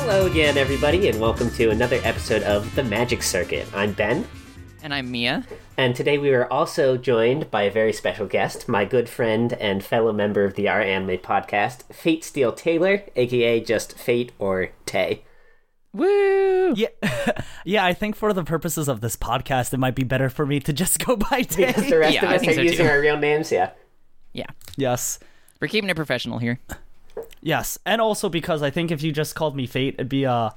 Hello again, everybody, and welcome to another episode of The Magic Circuit. I'm Ben, And I'm Mia. and today we are also joined by a very special guest, my good friend and fellow member of the Our Anime podcast, Fate Steele Taylor, aka just Fate or Tay. Woo! Yeah, yeah. I think for the purposes of this podcast, it might be better for me to just go by Because the Tay. rest Yeah, of I us think are so, using too. our real names, yeah. Yeah. yes, We're keeping it professional here. yes, and also because I think if you just called me Fate, it'd be uh,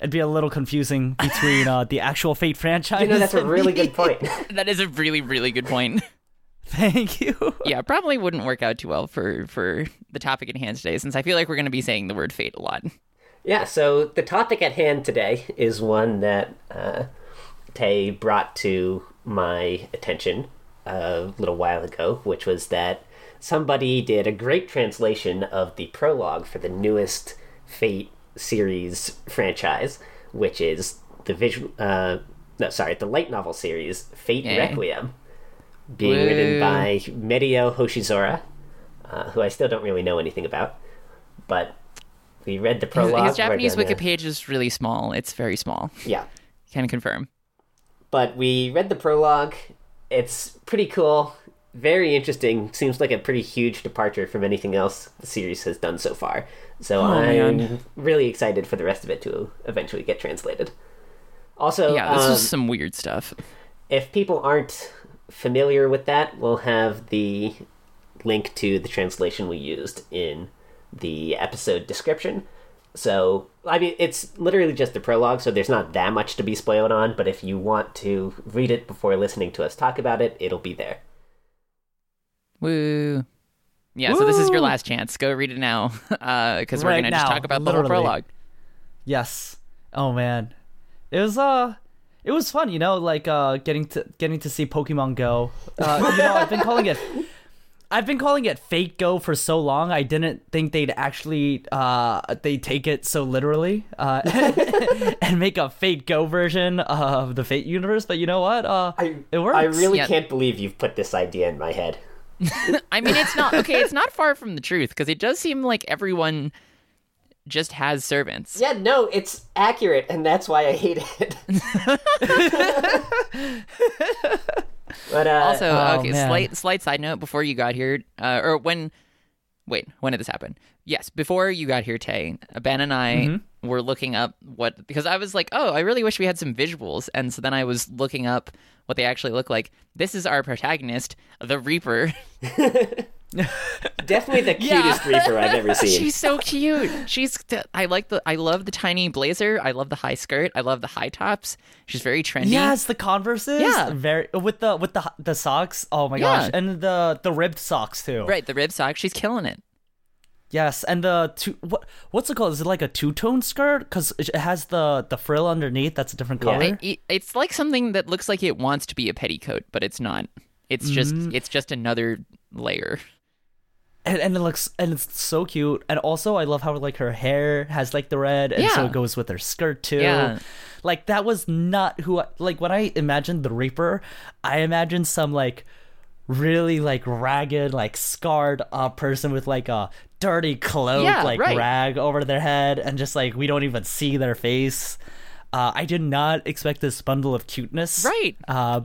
it'd be a little confusing between uh, the actual Fate franchise. You know, that's a really good point. That is a really, really good point. Thank you. yeah, probably wouldn't work out too well for for the topic at hand today, since I feel like we're going to be saying the word fate a lot. Yeah, so the topic at hand today is one that uh, Tay brought to my attention a little while ago, which was that somebody did a great translation of the prologue for the newest Fate series franchise, which is the visual. Uh, no, sorry, the light novel series Fate Yay. Requiem, being Woo. written by Medio Hoshizora, uh, who I still don't really know anything about, but. We read the His, prologue. his we're Japanese gonna- wiki page is really small. It's very small. yeah. Can confirm. But we read the prologue. It's pretty cool, very interesting. Seems like a pretty huge departure from anything else the series has done so far. Oh, So I'm really excited for the rest of it to eventually get translated. Also, Yeah, this um, is some weird stuff. if people aren't familiar with that, we'll have the link to the translation we used in the episode description. So, I mean, it's literally just the prologue, so there's not that much to be spoiled on, but if you want to read it before listening to us talk about it, it'll be there. Woo. Yeah, so this is your Woo. last chance. Go read it now, because we're Right going to just now, talk about the literally. whole prologue. Yes. Oh man, it was uh, it was fun. You know, like uh, getting to getting to see Pokemon Go. Uh, you know, I've been calling it, I've been calling it Fate Go for so long. I didn't think they'd actually uh, they take it so literally uh, and make a Fate Go version of the Fate universe. But you know what? Uh, it works. I really Yeah. can't believe you've put this idea in my head. I mean, it's not okay. It's not far from the truth because it does seem like everyone just has servants. Yeah, no, it's accurate, and that's why I hate it. but uh, Also, Oh, okay, man. slight slight side note before you got here, uh, or when, wait, when did this happen? Yes, before you got here, Tay, Ben and I were looking up what because I was like, oh, I really wish we had some visuals, and so then I was looking up what they actually look like. This is our protagonist, the Reaper. definitely the Yeah. cutest reaper I've ever seen. She's so cute. She's I like the I love the tiny blazer. I love the high skirt. I love the high tops. She's very trendy. Yes, the Converses. Yeah. very with the with the the socks. Oh my Yeah. gosh, and the the ribbed socks too. Right, the rib sock. She's killing it. Yes, and the two what what's it called? Is it like a two tone skirt? Because it has the the frill underneath. That's a different color. I- it- it's like something that looks like it wants to be a petticoat, but it's not. It's just it's just another layer. and, and it looks and it's so cute. And also, I love how like her hair has like the red, and so Yeah. it goes with her skirt too. Yeah. Like that was not who I, like when I imagined the Reaper, I imagined some like really like ragged, like scarred uh, person with like a dirty cloak, Yeah, like right. rag over their head, and just like we don't even see their face. Uh, I did not expect this bundle of cuteness, Right. Uh,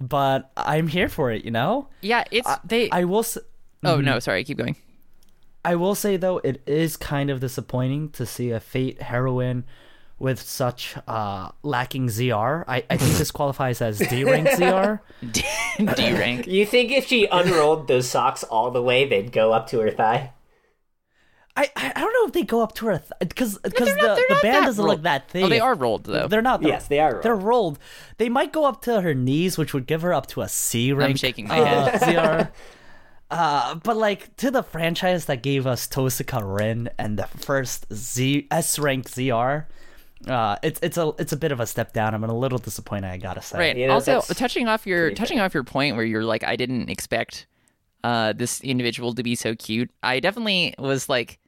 but I'm here for it, you know. Yeah, it's they. I will. S- oh no, sorry, keep going. I will say though, it is kind of disappointing to see a Fate heroine with such uh, lacking ZR. I, I think this qualifies as D rank ZR. D rank. You think if she unrolled those socks all the way, they'd go up to her thigh? I, I I don't know if they go up to her because because they're not- the, they're the not band that doesn't rolled. look that thick. Oh, they are rolled though. They're not. Though. Yes, they are rolled. They're rolled. They might go up to her knees, which would give her up to a C rank. shaking my uh, ZR. Uh, but like to the franchise that gave us Tosika Rin and the first Z S rank ZR, uh, it's it's a it's a bit of a step down. I'm a little disappointed. I gotta say. Right. You know, also, that's touching off your pretty touching off your point where you're like, I didn't expect uh, this individual to be so cute. I definitely was like,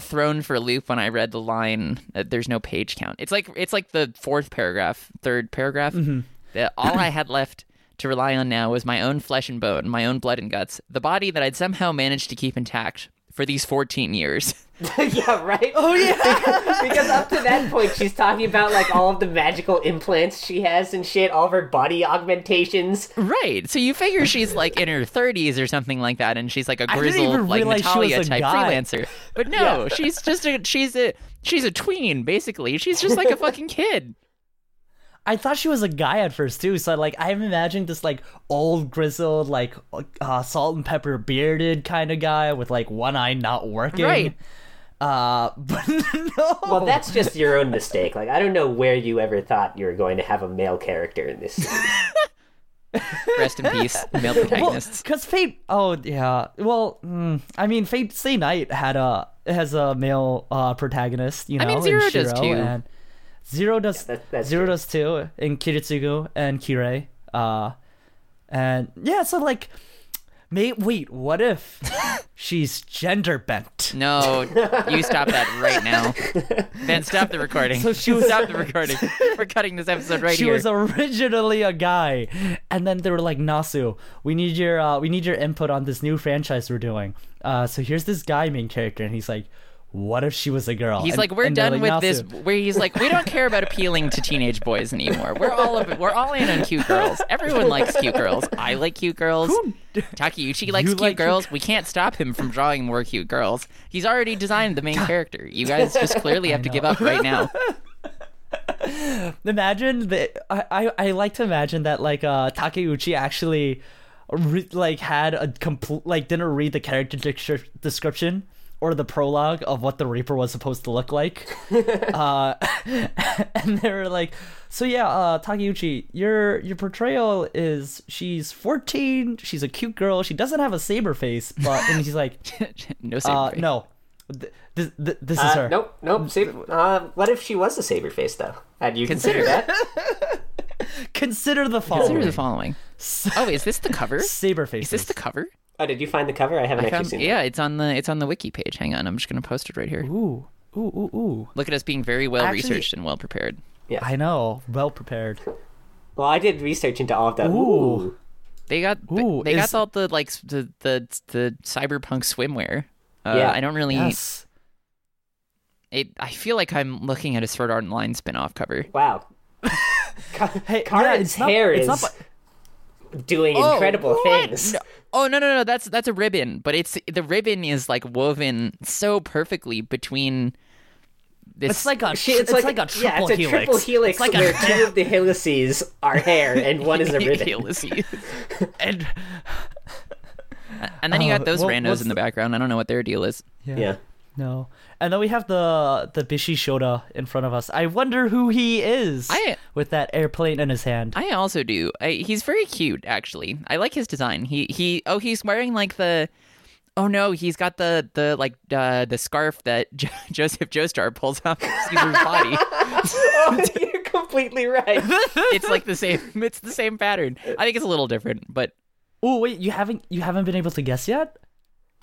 thrown for a loop when I read the line that there's no page count. It's like it's like the fourth paragraph, third paragraph. Mm-hmm. That all I had left to rely on now was my own flesh and bone, my own blood and guts, the body that I'd somehow managed to keep intact for these 14 years. yeah, right? Oh, yeah! because up to that point, she's talking about, like, all of the magical implants she has and shit, all of her body augmentations. Right. So you figure she's like in her 30s or something like that, and she's like a didn't even grizzled, like realize she was Natalia a type guy. freelancer. But no, she's just a she's a she's a tween basically. She's just like a fucking kid. I thought she was a guy at first too, so like I'm imagining this like old grizzled, like uh, salt and pepper bearded kind of guy with like one eye not working. Right. Uh, but no. Well, that's just your own mistake. Like, I don't know where you ever thought you were going to have a male character in this. series. Rest in peace, male protagonists. because Fate. Oh yeah. Well, mm, I mean, Fate Stay Night had a has a male uh, protagonist. You know, I mean, in Zero does Shiro too. And Zero does that- that's Zero true. does too in Kiritsugu and Kirei. Uh, and yeah, so like, mate, wait, what if she's gender bent? No, you stop that right now. Then stop the recording. So she was- stop the recording. We're cutting this episode right she here. was originally a guy and then they were like nasu we need your uh, we need your input on this new franchise we're doing uh, so here's this guy main character and he's like what if she was a girl He's And- like, we're and they're done like, with this. "Nasu." Where he's like, we don't care about appealing to teenage boys anymore. We're all of, we're all in on cute girls. Everyone likes cute girls. I like cute girls. Takeuchi likes You cute like cute girls. We can't stop him from drawing more cute girls. He's already designed the main character. You guys just clearly have to give up right now. imagine that I, I i like to imagine that like uh takeuchi actually re- like had a complete like didn't read the character descri- description or the prologue of what the reaper was supposed to look like uh and they were like so yeah uh takeuchi your your portrayal is she's 14 she's a cute girl she doesn't have a saber face but and he's like no saber uh face. no Th- this, th- this is Uh, her nope, nope. Sab- uh, what if she was a saber face though? Had you consider that? consider Consider the following the following. Oh, is this the cover? Is saber face this the cover? Oh, did you find the cover? I haven't actually Um, seen. yeah, it's on the it's on the wiki page. Hang on, I'm just gonna post it right here. ooh ooh ooh ooh Look at us being very well Actually- researched and well prepared. I know, well prepared. It. Well, I did research into all of that. Ooh, Ooh. They got Ooh, they, they is- got all the like s- the the, the cyberpunk swimwear. Uh, Yeah. I don't really. Yes. It. I feel like I'm looking at a Sword Art Online spin-off cover. wow. Hey, yeah, Karen's it's not, hair is it's not bu- doing Oh, incredible what? things. No- Oh no no no! That's that's a ribbon, but it's the ribbon is like woven so perfectly between. This it's like a She- it's, like, a triple yeah, it's a helix. triple helix It's like where a two of the helices are hair and one is a ribbon. Ulysses. and and then you Oh, got those what- randos what's in the the- background. I don't know what their deal is. Yeah. No. And then we have the the Bishi Shoda in front of us. I wonder who he is I- with that airplane in his hand. I also do. I, he's very cute, actually. I like his design. He he. Oh, he's wearing like the. Oh no, he's got the the like uh, the scarf that jo- Joseph Joestar pulls off Caesar's body. oh, you're completely right. It's like the same. It's the same pattern. I think it's a little different, but oh wait, you haven't you haven't been able to guess yet?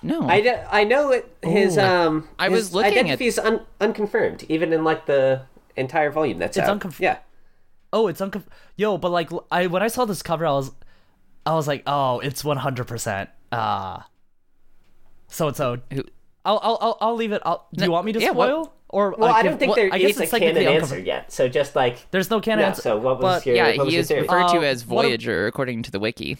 no. I know, I know it, his um. I was his looking at- identity is un- unconfirmed, even in like the entire volume. That's It's out. unconf- Yeah, Oh, it's unconf- Yo, but like l- I when I saw this cover, I was I was like, "Oh, it's 100%." Ah. so and so. Who- I'll I'll I'll- I'll leave it. I'll, do you No, want me to yeah, what- spoil? or Well, uh, I give- don't think well, there is I guess it's a technically canon answer unconfirmed. yet. So just like There's no canon yeah, answer. so what was but your yeah, what was um, he your is theory? referred to Uh, as what a- Voyager, according to the wiki.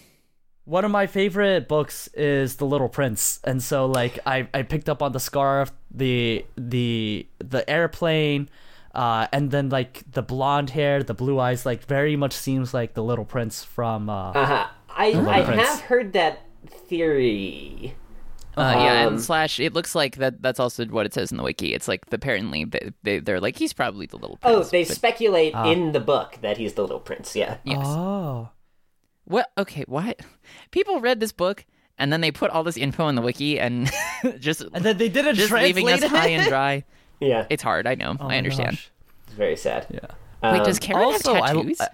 one of my favorite books is The Little Prince, and so like I, I picked up on the scarf, the the the airplane, uh, and then like the blonde hair, the blue eyes, like very much seems like the Little Prince from. Uh, Uh-huh. I I Prince. have heard that theory. Uh, yeah, Um, and slash, it looks like that. That's also what it says in the wiki. It's like apparently they, they they're like he's probably the little. Oh, Prince, they but- speculate uh, in the book that he's the little prince. Yeah. yes. Ah. oh, What? Okay, what? People read this book and then they put all this info in the wiki and just and then they didn't just translate leaving us it. Oh high and dry. Yeah. It's hard. I know. I understand. Gosh. It's very sad. Yeah. Wait, Um, does Karen also, I- have tattoos? I-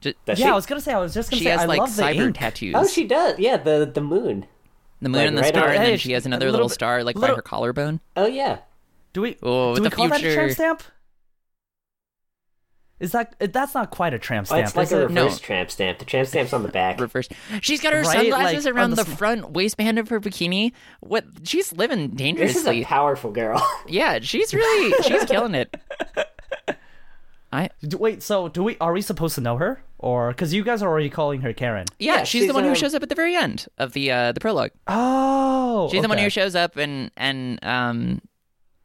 Ju- Does Yeah, she? I was gonna say. I was just gonna she say. has I like love the cyber ink. tattoos. Oh, she does. Yeah, the the moon. the moon like, and the right star, on- and Hey, then she she- has a another little little bit- star like by little- her collarbone. Oh yeah. Do we? Oh, do we the call that a future- tramp stamp? Is that that's not quite a tramp stamp? Oh, it's like is a it? reverse No. tramp stamp. The tramp stamp's on the back. reverse. She's got her Right, sunglasses like, on around the the, sm- front waistband of her bikini. What? She's living This is a dangerously. powerful girl. Yeah, she's really she's killing it. I D- Wait, so do we? Are we supposed to know her, or because you guys are already calling her Karen? yeah, Yeah, she's, she's, the one um, who shows up at the very end of the uh, the prologue. Oh, She's the one okay. who shows up and and um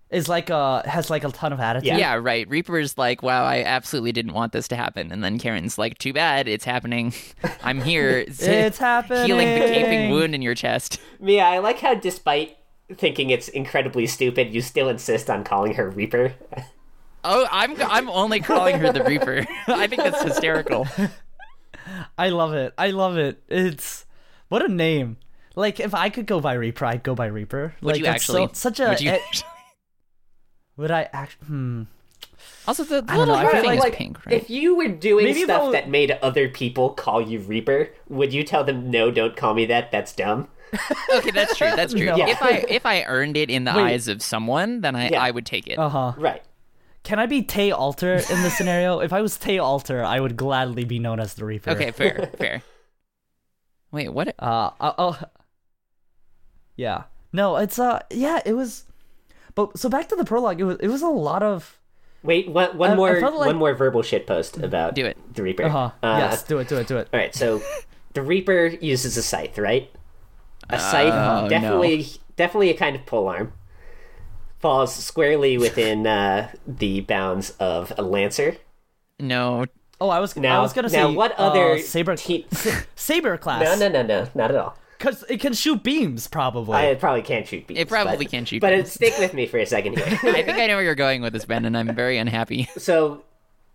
is like uh has like a ton of attitude. yeah. right. Reaper's like, wow, I absolutely didn't want this to happen, and then Karen's like, too bad, it's happening. I'm here. It's Healing the happening. gaping wound in your chest. Mia, I like how despite thinking it's incredibly stupid, you still insist on calling her Reaper. Oh, I'm I'm only calling her the Reaper. I think that's hysterical. I love it. I love it. It's what a name. Like if I could go by Reaper, I'd go by Reaper. Would like you that's actually? so- such a Would you eh, would I actually? Hmm. Also, the, the don't know, little I heart feel thing is like, pink, right? If you were doing Maybe if stuff I was- that made other people call you Reaper, would you tell them no? Don't call me that. That's dumb. okay, that's true. That's true. No. Yeah. If I if I earned it in the Wait. eyes of someone, then I, Yeah. I would take it. Uh huh. Right. Can I be Tay Alter in this scenario? If I was Tay Alter, I would gladly be known as the Reaper. Okay, fair, fair. Wait, what? Uh, I'll, I'll- yeah. No, it's uh, yeah, it was. But so back to the prologue. It was it was a lot of. Wait, one, one I- I more felt like- one more verbal shitpost about Do it. the Reaper. Uh-huh. Uh, yes, do it, do it, do it. All right, so the Reaper uses a scythe, right? A scythe, Uh, no. definitely, definitely a kind of polearm. Falls squarely within uh, the bounds of a lancer. No. Oh, I was Now, I was gonna now say what uh, other saber te- saber No, class no, no, no, not at all. because it can shoot beams probably. I probably can't shoot beams. It probably but, can shoot But beams. it, stick with me for a second here. I think I know where you're going with this, Ben, and I'm very unhappy. so,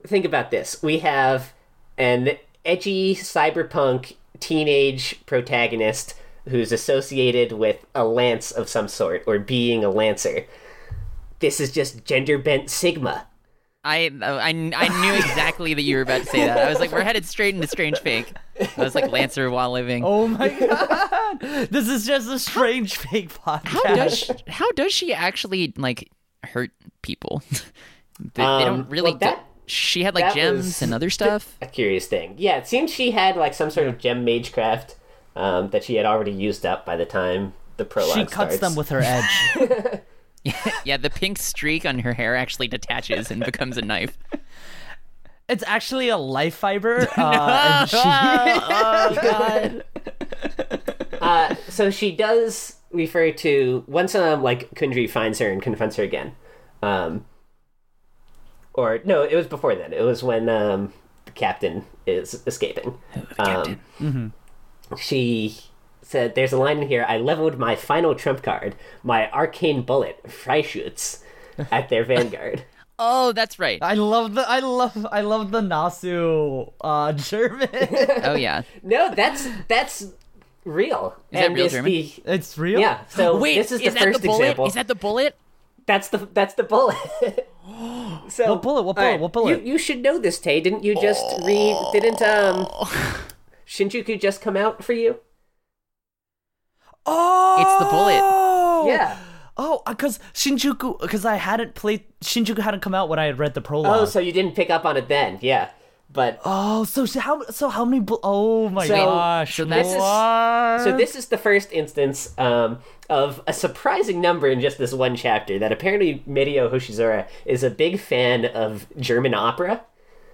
think about this: we have an edgy cyberpunk teenage protagonist who's associated with a lance of some sort or being a lancer. This is just gender bent sigma. I, uh, I, I knew exactly that you were about to say that. I was like, we're headed straight into strange fake. I was like, Lancer while living. oh my god, this is just a strange fake podcast. how does she, how does she actually like hurt people? they, they Um, don't really. well, that- do- she had like that gems was- and other stuff. A curious thing. Yeah, it seems she had like some sort of gem magecraft um, that she had already used up by the time the prologue she cuts starts. them with her edge? yeah, the pink streak on her hair actually detaches and becomes a knife. it's actually a life fiber. Uh, and she- Oh, Uh, so she does refer to once um like Kundry finds her and confronts her again, um, or no, it was before then. It was when um, the captain is escaping. Um, She said, "There's a line in here. I leveled my final trump card, my arcane bullet, Freischutz, at their vanguard." Oh, that's right. I love the I love I love the Nasu uh, German. Oh yeah. no, that's that's real. that real it's German? the- It's real. yeah. So Wait, this is, the that first the bullet? example. Is that the bullet? That's the that's the bullet. so What bullet? What bullet? alright, What bullet? You, you should know this, Tay. Didn't you just read? Didn't um Shinjuku just come out for you? Oh, It's the bullet. Yeah. Oh, because Shinjuku, because I hadn't played Shinjuku hadn't come out when I had read the Oh, prologue. so you didn't pick up on it then? Yeah. But Oh, so, so how so how many? Bu- oh my So- gosh! so this is- what? so this is the first instance um, of a surprising number in just this one chapter that apparently Mirio Hoshizura is a big fan of German opera.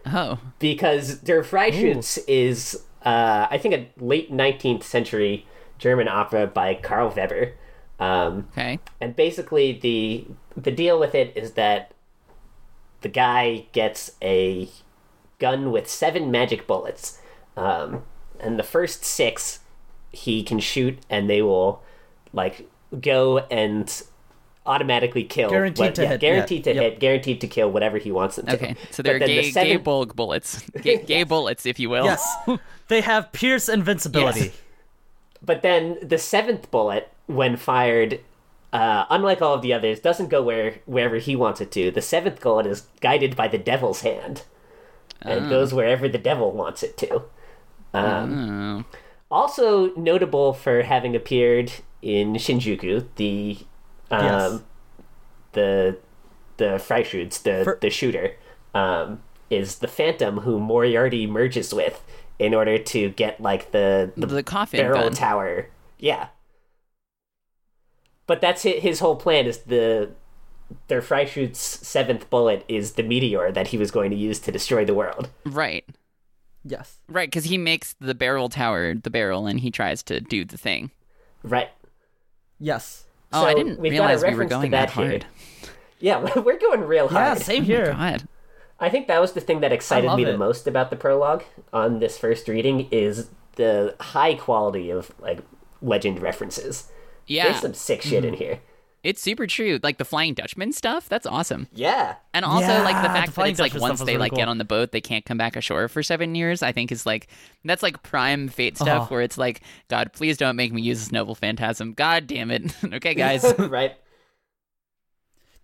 Oh. because Der Freischütz is, uh, I think, a late 19th century German opera by Karl Weber. Um, Okay. and basically, the the deal with it is that the guy gets a gun with seven magic bullets, um, and the first six he can shoot, and they will like go and automatically kill. Guaranteed to yeah, hit, yeah, Guaranteed to yep. hit. Guaranteed to kill whatever he wants them to. Okay. But So they're then gay, the gay seven- bulg bullets, gay, gay bullets, if you will. yes, they have Pierce Yes. invincibility. But then the seventh bullet, when fired, uh, unlike all of the others, doesn't go where wherever he wants it to. The seventh bullet is guided by the devil's hand, and goes wherever the devil wants it to. Um, Also notable for having appeared in Shinjuku, the um, Yes. the the Freischutz, the For- the shooter, um, is the Phantom who Moriarty merges with in order to get like the the, The coffin barrel gun. tower. Yeah, but that's his, his whole plan is the their Freischutz seventh bullet is the meteor that he was going to use to destroy the world. Right. Yes. Right, because he makes the barrel tower the barrel and he tries to do the thing. Right. Yes. Oh, I didn't we've got a realize we were reference to going that here. hard. Oh Yeah, we're going real Yeah, hard. same here. God. I think that was the thing that excited love me the it. most about the prologue on this first reading is the high quality of like legend references. Yeah. There's some sick shit in here. It's super true. Like the Flying Dutchman stuff, that's awesome. Yeah. And also like Yeah, the the fact that Flying it's like Dutchman once stuff was they really like get cool. on the boat, they can't come back ashore for seven years, I think is like that's like prime fate stuff Uh-huh. where it's like, God, please don't make me use this noble phantasm. God damn it. okay, guys. right.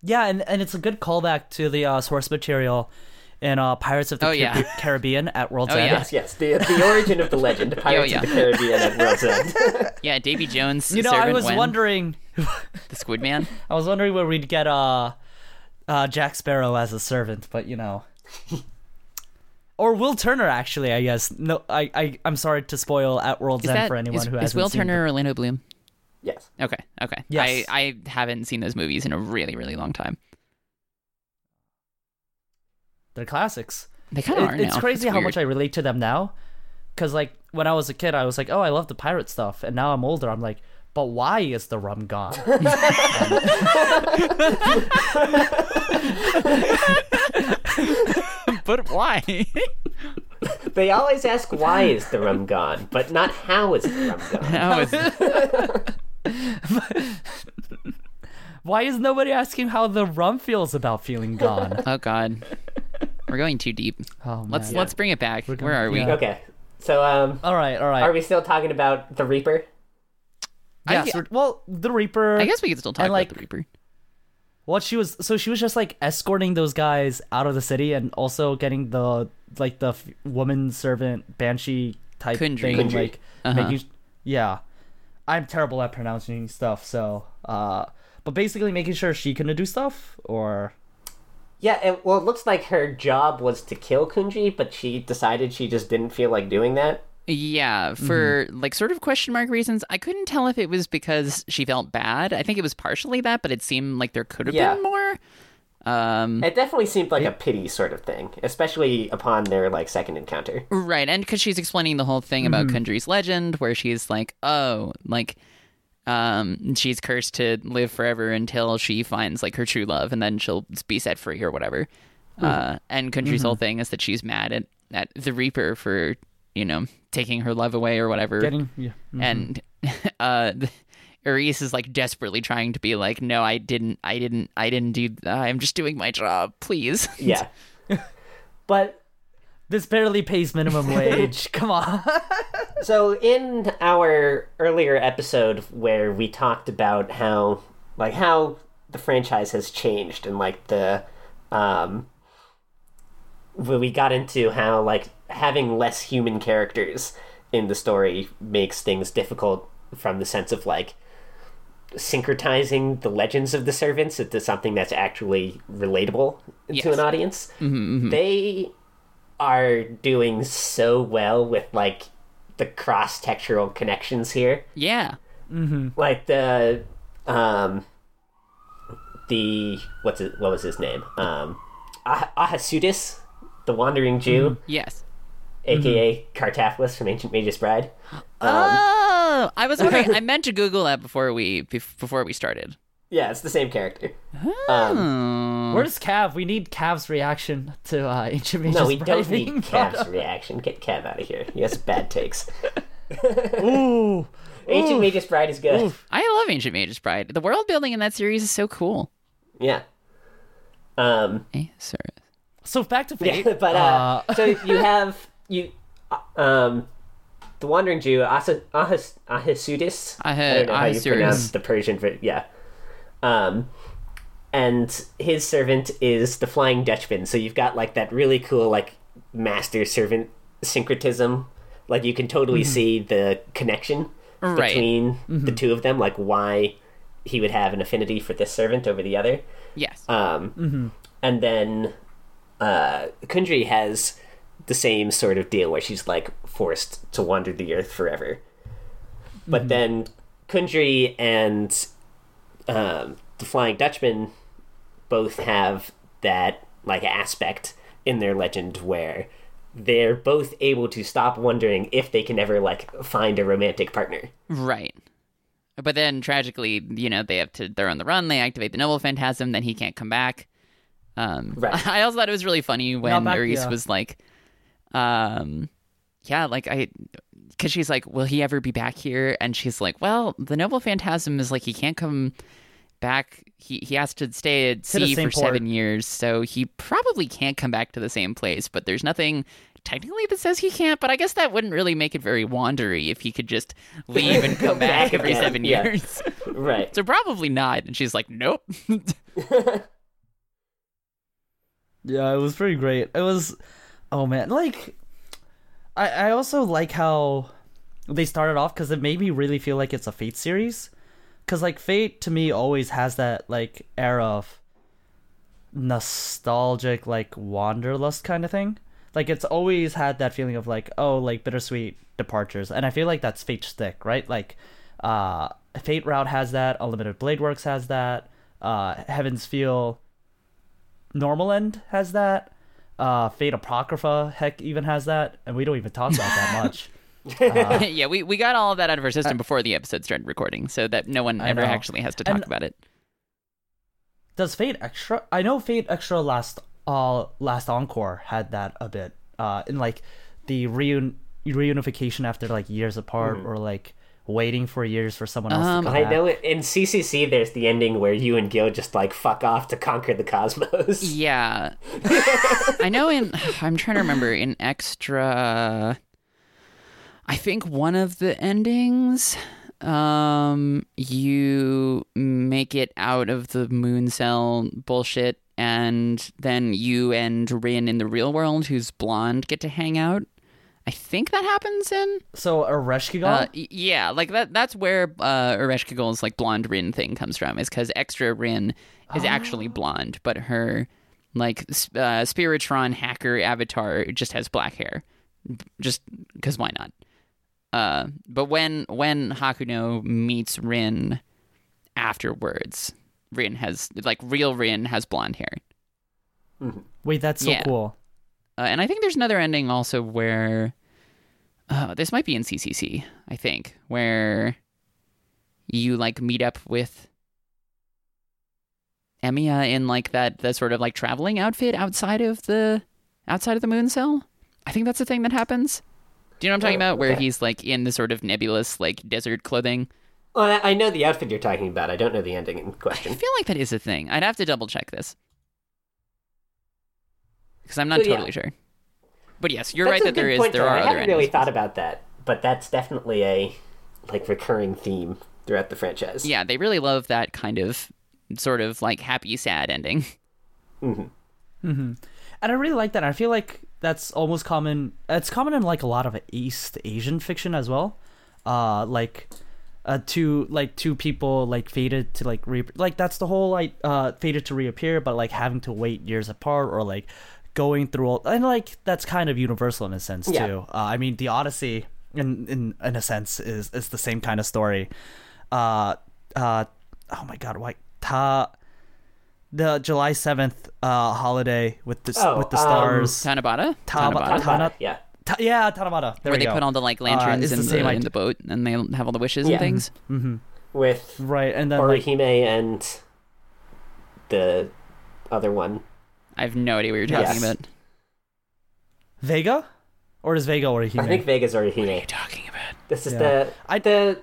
Yeah, and, and it's a good callback to the uh, source material in uh, Pirates of the Oh, Car- yeah. Caribbean at World's Oh, End. yeah. Yes, yes. The the origin of the legend, Pirates yeah. of the Caribbean and World's End. yeah, Davy Jones. You know, servant I was Wen, wondering, the Squid Man. I was wondering where we'd get uh, uh, Jack Sparrow as a servant, but you know, or Will Turner actually. I guess no, I, I I'm sorry to spoil at World's Is End that for anyone is- who is hasn't Will seen Turner or Orlando Bloom? yes. Okay, okay. Yes. I, I haven't seen those movies in a really, really long time. They're classics. They kind of It- are it's now. crazy how weird. much I relate to them now. Cause like when I was a kid, I was like, oh, I love the pirate stuff, and now I'm older, I'm like, but why is the rum gone? But why? They always ask why is the rum gone, but not how is the rum gone. How is- why is nobody asking how the rum feels about feeling gone? oh God, we're going too deep. Oh, man. Let's let's bring it back. going- Where are we? yeah. Okay. So um all right, all right. are we still talking about the Reaper? yes, I, we're- well, the Reaper. I guess we could still talk And, like- about the Reaper. Well, she was so she was just like escorting those guys out of the city, and also getting the like the f- woman servant banshee type Kundry. thing, Kundry. like Uh-huh. making. Yeah, I'm terrible at pronouncing stuff, so uh, but basically making sure she couldn't do stuff, or Yeah, it, well, it looks like her job was to kill Kunji, but she decided she just didn't feel like doing that. Yeah, Mm-hmm. for like sort of question mark reasons, I couldn't tell if it was because she felt bad. I think it was partially that, but it seemed like there could have Yeah. been more. Um, It definitely seemed like a pity sort of thing, especially upon their like second encounter. Right, and because she's explaining the whole thing about Kundry's legend, where she's like, "Oh, like, um, she's cursed to live forever until she finds like her true love, and then she'll be set free or whatever." Uh, and Kundry's whole thing is that she's mad at at the Reaper for you know taking her love away or whatever. getting yeah. mm. and uh, Eris is like desperately trying to be like, "No, I didn't, I didn't, I didn't do. I'm just doing my job, please." Yeah, but This barely pays minimum wage. Come on. so in our earlier episode where we talked about how like how the franchise has changed and like the um when we got into how like having less human characters in the story makes things difficult from the sense of like syncretizing the legends of the servants into something that's actually relatable Yes. to an audience Mm-hmm, they are doing so well with like the cross textural connections here Yeah, like the um the what's it what was his name um ah- ahasuerus the wandering jew yes. aka cartaphilus from ancient mage's bride Oh, I was wondering. I meant to Google that before we bef- before we started. yeah it's the same character Oh. Where's Cav? We need Cav's reaction to uh, ancient mages. Uh-huh. no we don't Bride need being brought cav's up. reaction get cav out of here he has bad takes Ooh. ancient mage's bride is good I love Ancient Mage's Bride. The world building in that series is so cool. yeah um Eh, sir. So back to fate. Yeah, but uh, so you have you uh, um the wandering Jew Ahas- Ahas- Ahasuerus. Ah- I don't know how you Ahasuerus. pronounce the Persian, ver- yeah. Um, and his servant is the Flying Dutchman. So you've got like that really cool like master servant syncretism. Like Mm-hmm. you can totally see the connection Right. Mm-hmm. between the two of them. Like why he would have an affinity for this servant over the other. Yes. Um, And then uh, Kundry has the same sort of deal where she's like forced to wander the earth forever. But then Kundry and um, the Flying Dutchman both have that like aspect in their legend where they're both able to stop wondering if they can ever like find a romantic partner. Right. But then tragically, you know, they have to they're on the run, they activate the noble phantasm, then he can't come back. Um Right. I also thought it was really funny when back- Maurice yeah. was like um yeah, like I cuz she's like, "Will he ever be back here?" and she's like, "Well, the noble phantasm is like he can't come back. He he has to stay at the sea same for 7 port. years, so he probably can't come back to the same place, but there's nothing technically that says he can't, but I guess that wouldn't really make it very wandery if he could just leave and come back back every again, 7 yeah. years. Right. So probably not. And she's like, nope. Yeah, it was pretty great. It was, oh man, like, I I also like how they started off because it made me really feel like it's a Fate series, because like Fate to me always has that like air of nostalgic like wanderlust kind of thing. Like it's always had that feeling of like oh like bittersweet departures, and I feel like that's Fate's stick, right? Like, uh, Fate Route has that, Unlimited Blade Works has that, uh, Heaven's Feel normal end has that uh fate apocrypha heck even has that and we don't even talk about that much yeah, we, we got all of that out of our system before the episode started recording so that no one I ever know. actually has to talk And- about it. does fate extra i know fate extra last uh last encore had that a bit uh in like the reun reunification after like years apart or like waiting for years for someone else Um, to come I back. know it, in CCC there's the ending where you and Gil just like fuck off to conquer the cosmos. Yeah. I know in I'm trying to remember in extra I think one of the endings um you make it out of the moon cell bullshit and then you and Rin in the real world who's blonde get to hang out. I think that happens in so areshkigal uh, y- yeah, like that. That's where uh, Eresh Kagol's like blonde Rin thing comes from, is because extra Rin is actually blonde, but her like s- uh, Spiritron hacker avatar just has black hair, just because why not? Uh, but when when Hakuno meets Rin afterwards, Rin has like real Rin has blonde hair. wait that's so yeah. cool Uh, and I think there's another ending also where uh, this might be in CCC, I think, where you like meet up with Emiya in like that that sort of like traveling outfit outside of the outside of the moon cell. I think that's the thing that happens. Do you know what I'm talking Oh, about? Where okay. he's like in the sort of nebulous like desert clothing. Well, I I know the outfit you're talking about. I don't know the ending in I question. feel like that is a thing. I'd have to double check this because I'm not But yeah. totally sure. But yes, you're That's a right that good there is point, there though. are I other hadn't really endings. thought about that, but that's definitely a like recurring theme throughout the franchise. Yeah, they really love that kind of sort of like happy sad ending. Mm-hmm. Mm-hmm. and I really like that. I feel like that's almost common. It's common in like a lot of East Asian fiction as well. Uh, like, uh, two like two people like fated to like re- like that's the whole like uh fated to reappear, but like having to wait years apart or like going through all and like that's kind of universal in a sense Yeah. too. Uh, I mean, the Odyssey in in in a sense is is the same kind of story. Uh, uh, oh my God, why ta. The July seventh uh, holiday with the s- Oh, with the um, stars. Tanabata? Tanab- I thought- Tanabata. Tanab- yeah. Ta- yeah, Tanamata. There Where we they go. put all the like Uh, lanterns it's in, the same in idea. the boat and they have all the wishes Yeah. and things. With right, and then like, Orihime and the other one. I have no idea what you're talking Yes. about. What Vega, or is Vega Orihime? I think Vega's Orihime. talking about? This is Yeah. the I- the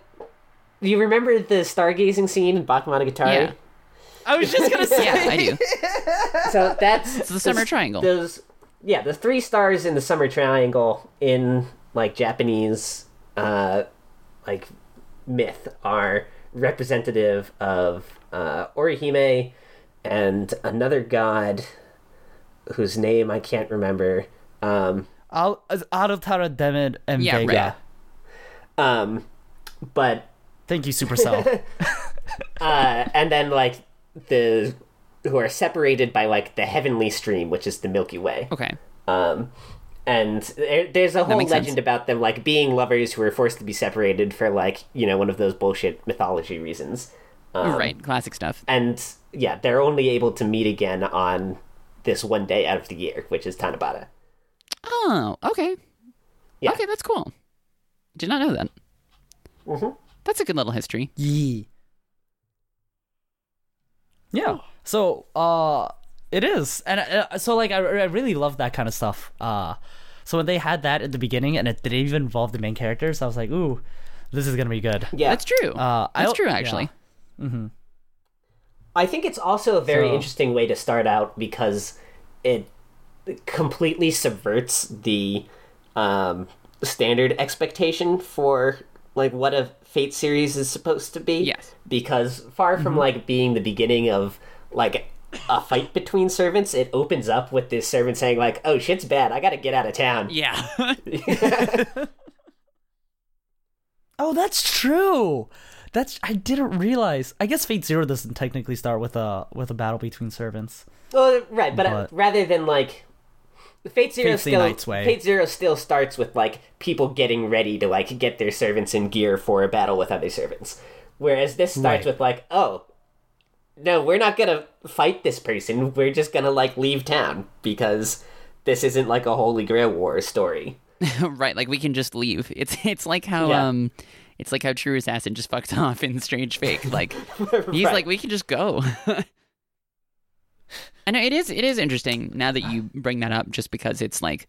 you remember the stargazing scene in Bakemonogatari? I was just gonna say. Yeah, I do. So that's It's the summer triangle. those yeah the three stars in the summer triangle in like japanese uh like myth are representative of uh orihime and another god whose name i can't remember um Al- Arutara Demon and Yeah, Vega. right. um but Thank you, Supercell. uh, and then like the who are separated by like the heavenly stream, which is the Milky Way. Okay. Um, and there, there's a whole makes legend sense. about them like being lovers who were forced to be separated for like you know one of those bullshit mythology reasons. Um, right. Classic stuff. And yeah, they're only able to meet again on this one day out of the year, which is Tanabata. Oh, okay. Yeah. Okay, that's cool. Did not know that. Mhm. That's a good little history. Yee. Yeah. So, uh, it is, and uh, so like I, I really love that kind of stuff. Uh, so when they had that at the beginning, and it didn't even involve the main characters, I was like, ooh, this is gonna be good. Yeah, That's true. Uh, I that's don't- true, yeah. actually. I think it's also a very So- interesting way to start out because it completely subverts the um, standard expectation for like what a fate series is supposed to be. Yes. Because far from like being the beginning of like a fight between servants, it opens up with this servant saying like, "Oh shit's bad. I got to get out of town." Yeah. Oh, that's true. That's I didn't realize. I guess Fate Zero doesn't technically start with a with a battle between servants. Well, right, but, uh But- rather than like Fate Zero Fate Stay still Knight's way. Fate Zero still starts with like people getting ready to like get their servants in gear for a battle with other servants, whereas this starts Right. with like oh. No, we're not gonna fight this person. We're just gonna like leave town because this isn't like a Holy Grail war story. right, like we can just leave. It's it's like how Yeah. um it's like how True Assassin just fucked off in Strange Fake. Like he's Right. like we can just go. I know it is it is interesting now that you bring that up just because it's like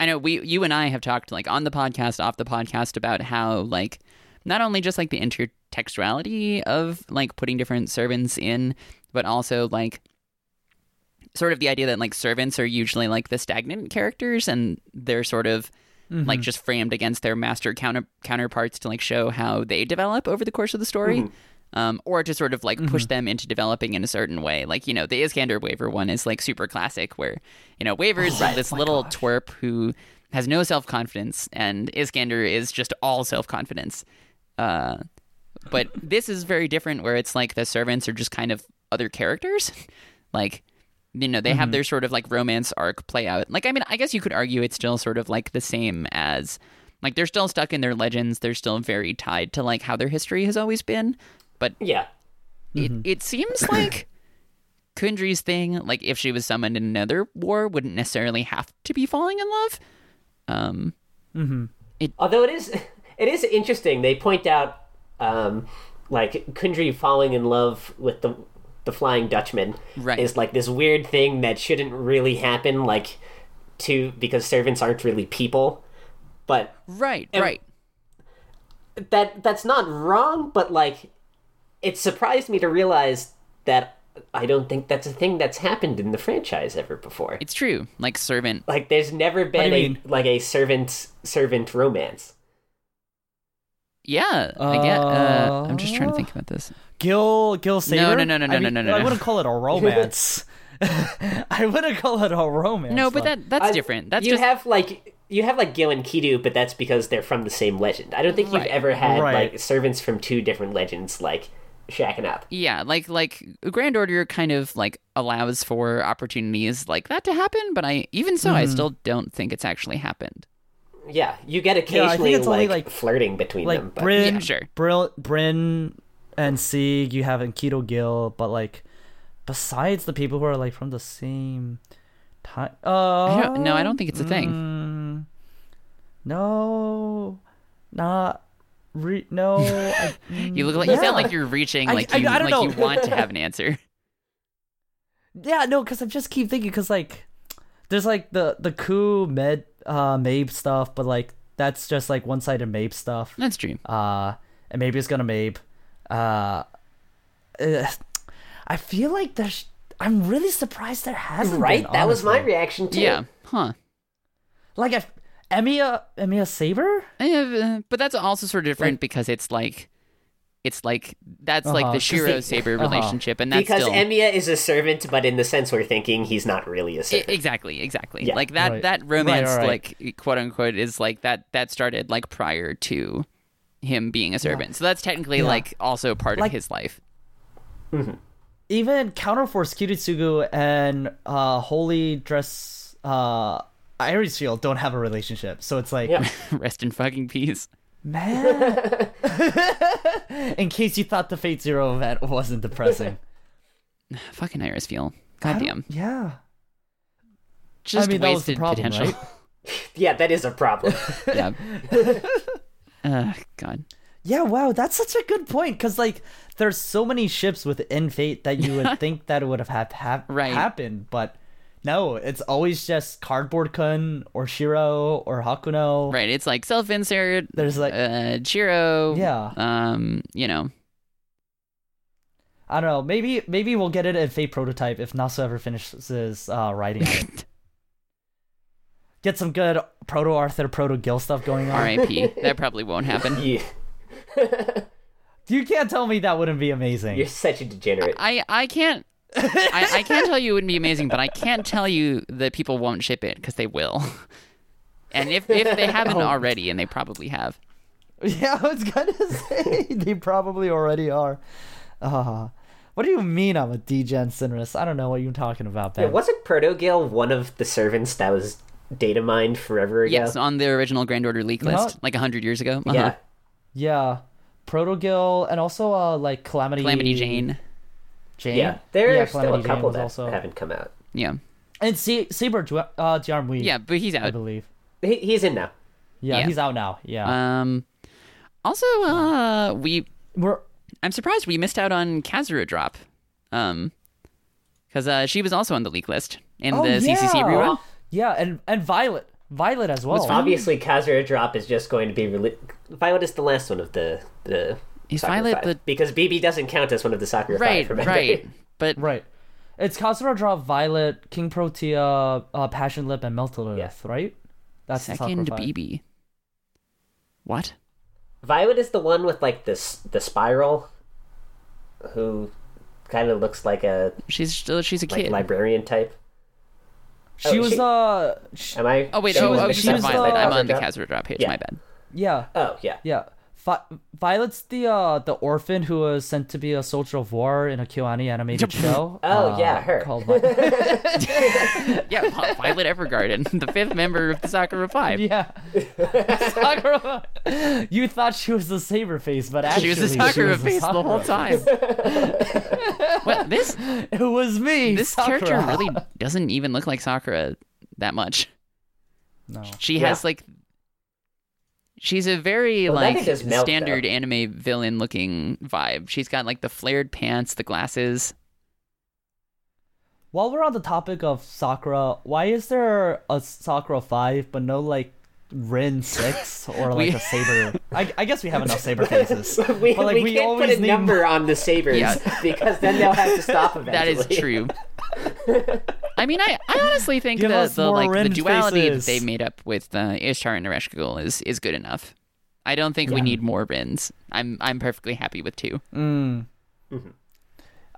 I know we you and I have talked like on the podcast off the podcast about how like not only just like the intertextuality of like putting different servants in but also like sort of the idea that like servants are usually like the stagnant characters and they're sort of like Mm-hmm. just framed against their master counter counterparts to like show how they develop over the course of the story Mm-hmm. um, or to sort of like push them into developing in a certain way like you know the iskander waiver one is like super classic where you know waivers like this little twerp who has no self-confidence and iskander is just all self-confidence uh, but this is very different where it's like the servants are just kind of other characters like you know they have their sort of like romance arc play out like i mean i guess you could argue it's still sort of like the same as like they're still stuck in their legends they're still very tied to like how their history has always been but yeah, it, it seems like kundry's thing like if she was summoned in another war wouldn't necessarily have to be falling in love um Although it is, it is interesting. They point out, um, like Kundry falling in love with the the Flying Dutchman Right. is like this weird thing that shouldn't really happen, like to because servants aren't really people. But right right that that's not wrong. But like, it surprised me to realize that I don't think that's a thing that's happened in the franchise ever before. it's true like servant Like, there's never been you a mean? like a servant servant romance. yeah i get uh, i'm just trying to think about this Gil Gil Saber. no, no, no, no, I no, no, no, I no. wouldn't call it a romance. I wouldn't call it a romance. no but though. that that's I- different that's you just have like you have like Gil and Kidu, but that's because they're from the same legend. I don't think Right. you've ever had Right. like servants from two different legends like shacking up. yeah like like grand order kind of like allows for opportunities like that to happen but i even so i still don't think it's actually happened Yeah, you get I think occasionally it's like, only, like- flirting between like them, but Bryn, Yeah, sure. Bril- Bryn and Sieg, you have Enkidu Gil, but like besides the people who are like from the same time. Uh, Mm, I don't, no i don't think it's a thing No, not re- no. I, mm, you look like you sound like you're reaching I- like I- you I don't like know. you want to have an answer yeah, no, because I just keep thinking because like there's like the the coup med uh Mabe stuff, but like that's just like one sided Mabe stuff. that's true uh, and maybe it's gonna Mabe. Uh, uh, I feel like there's. I'm really surprised there hasn't. right, been, that was my honestly. reaction too. yeah huh Like, if Emiya Emiya Saber. Eh, but that's also sort of different because it's like it's like that's like Uh-huh, the 'cause shiro they- saber uh-huh. relationship and that's because still Emiya is a servant, but in the sense we're thinking he's not really a I- servant. e, exactly exactly Yeah. like that Right. that romance Right, right, right. like quote unquote is like that that started like prior to him being a servant. So that's technically Yeah. like also part Like- of his life. even counterforce kiritsugu and uh holy dress uh iris shield don't have a relationship so it's like Yeah. Rest in fucking peace. man in case you thought the fate zero event wasn't depressing Fucking Iris Feel. Goddamn. yeah Just mean, wasted that was the problem, potential. Yeah, that is a problem. yeah. Uh, God. yeah wow that's such a good point because like there's so many ships within fate that you would think that it would have had hap- Right. happened but no it's always just cardboard kun or shiro or hakuno Right. It's like self insert. There's, like- uh, Jiro. Yeah. Um. You know. I don't know. Maybe maybe we'll get it at Fate Prototype if Nasu ever finishes uh, writing it. Get some good Proto Arthur, Proto Gil stuff going on. R.I.P. that probably won't happen. you, You can't tell me that wouldn't be amazing. you're such a degenerate. I I can't. I, I can't tell you it wouldn't be amazing, but I can't tell you that people won't ship it because they will. And if if they haven't already, and they probably have. Yeah, I was gonna say they probably already are. Uh, what do you mean I'm a degen Sinris? I don't know what you're talking about, Ben. Yeah, wasn't Protogale one of the servants that was data mined forever ago? Yes, on the original Grand Order leak No. list, like hundred years ago. Uh-huh. Yeah. yeah. Proto Gil and also uh like Calamity Calamity Jane. Jane? Yeah. There Yeah, are still a Calamity Jane couple was that also- haven't come out. Yeah. And Se- Saber Ju- uh Jarmui, Yeah, but he's I out. believe. He, he's in now. Yeah, Yeah. he's out now. Yeah. Um. Also, uh, we We're I'm surprised we missed out on Kazura drop, um, because uh, she was also on the leak list in the CCC rerun. oh, Yeah, and and Violet, Violet as well. Obviously, Kazura Drop is just going to be. Rele- Violet is the last one of the. the Is Sakura Violet five, the- Because BB doesn't count as one of the Sakura Right, Five, remember? right. But right. It's Kazura Draw, Violet, King Protea, uh, Passion Lip, and Meltalith, right? That's the second Sakura five. BB. What? Violet is the one with, like, this the spiral, who kind of looks like a She's still she's a like kid. librarian type. She Oh, was she- uh, sh- Am I. oh wait, am I oh, oh mixing she's up was, Violet. Violet and I'm on the Kazura Drop? Kazura drop page. Yeah. My bad. yeah, Oh, yeah. yeah. Vi- Violet's the uh the orphan who was sent to be a soldier of war in a Kyoani animated show. Oh, uh, yeah, her. Called Vi- Yeah, Vi- Violet Evergarden, the fifth member of the Sakura Five. yeah. Sakura. You thought she was the saber face, but She actually was a Sakura was face the whole Sakura. time. what this It was me. this character Sakura. really doesn't even look like Sakura that much. No. She Yeah. has like she's a very Well, that like thing is milk, standard though. anime villain looking vibe. She's got like the flared pants, the glasses. While we're on the topic of Sakura, why is there a Sakura 5 but no like Rin 6 or like We- a Saber? I, I guess we have enough Saber faces. we, but like we, can't put a need number on the sabers Yeah. because then they'll have to stop That eventually. is true. I mean, I, I honestly think Give the, us the more like the Rin duality faces. that they made up with uh, Ishtar and Ereshkigal is is good enough. I don't think we Yeah. need more Rins. I'm I'm perfectly happy with two.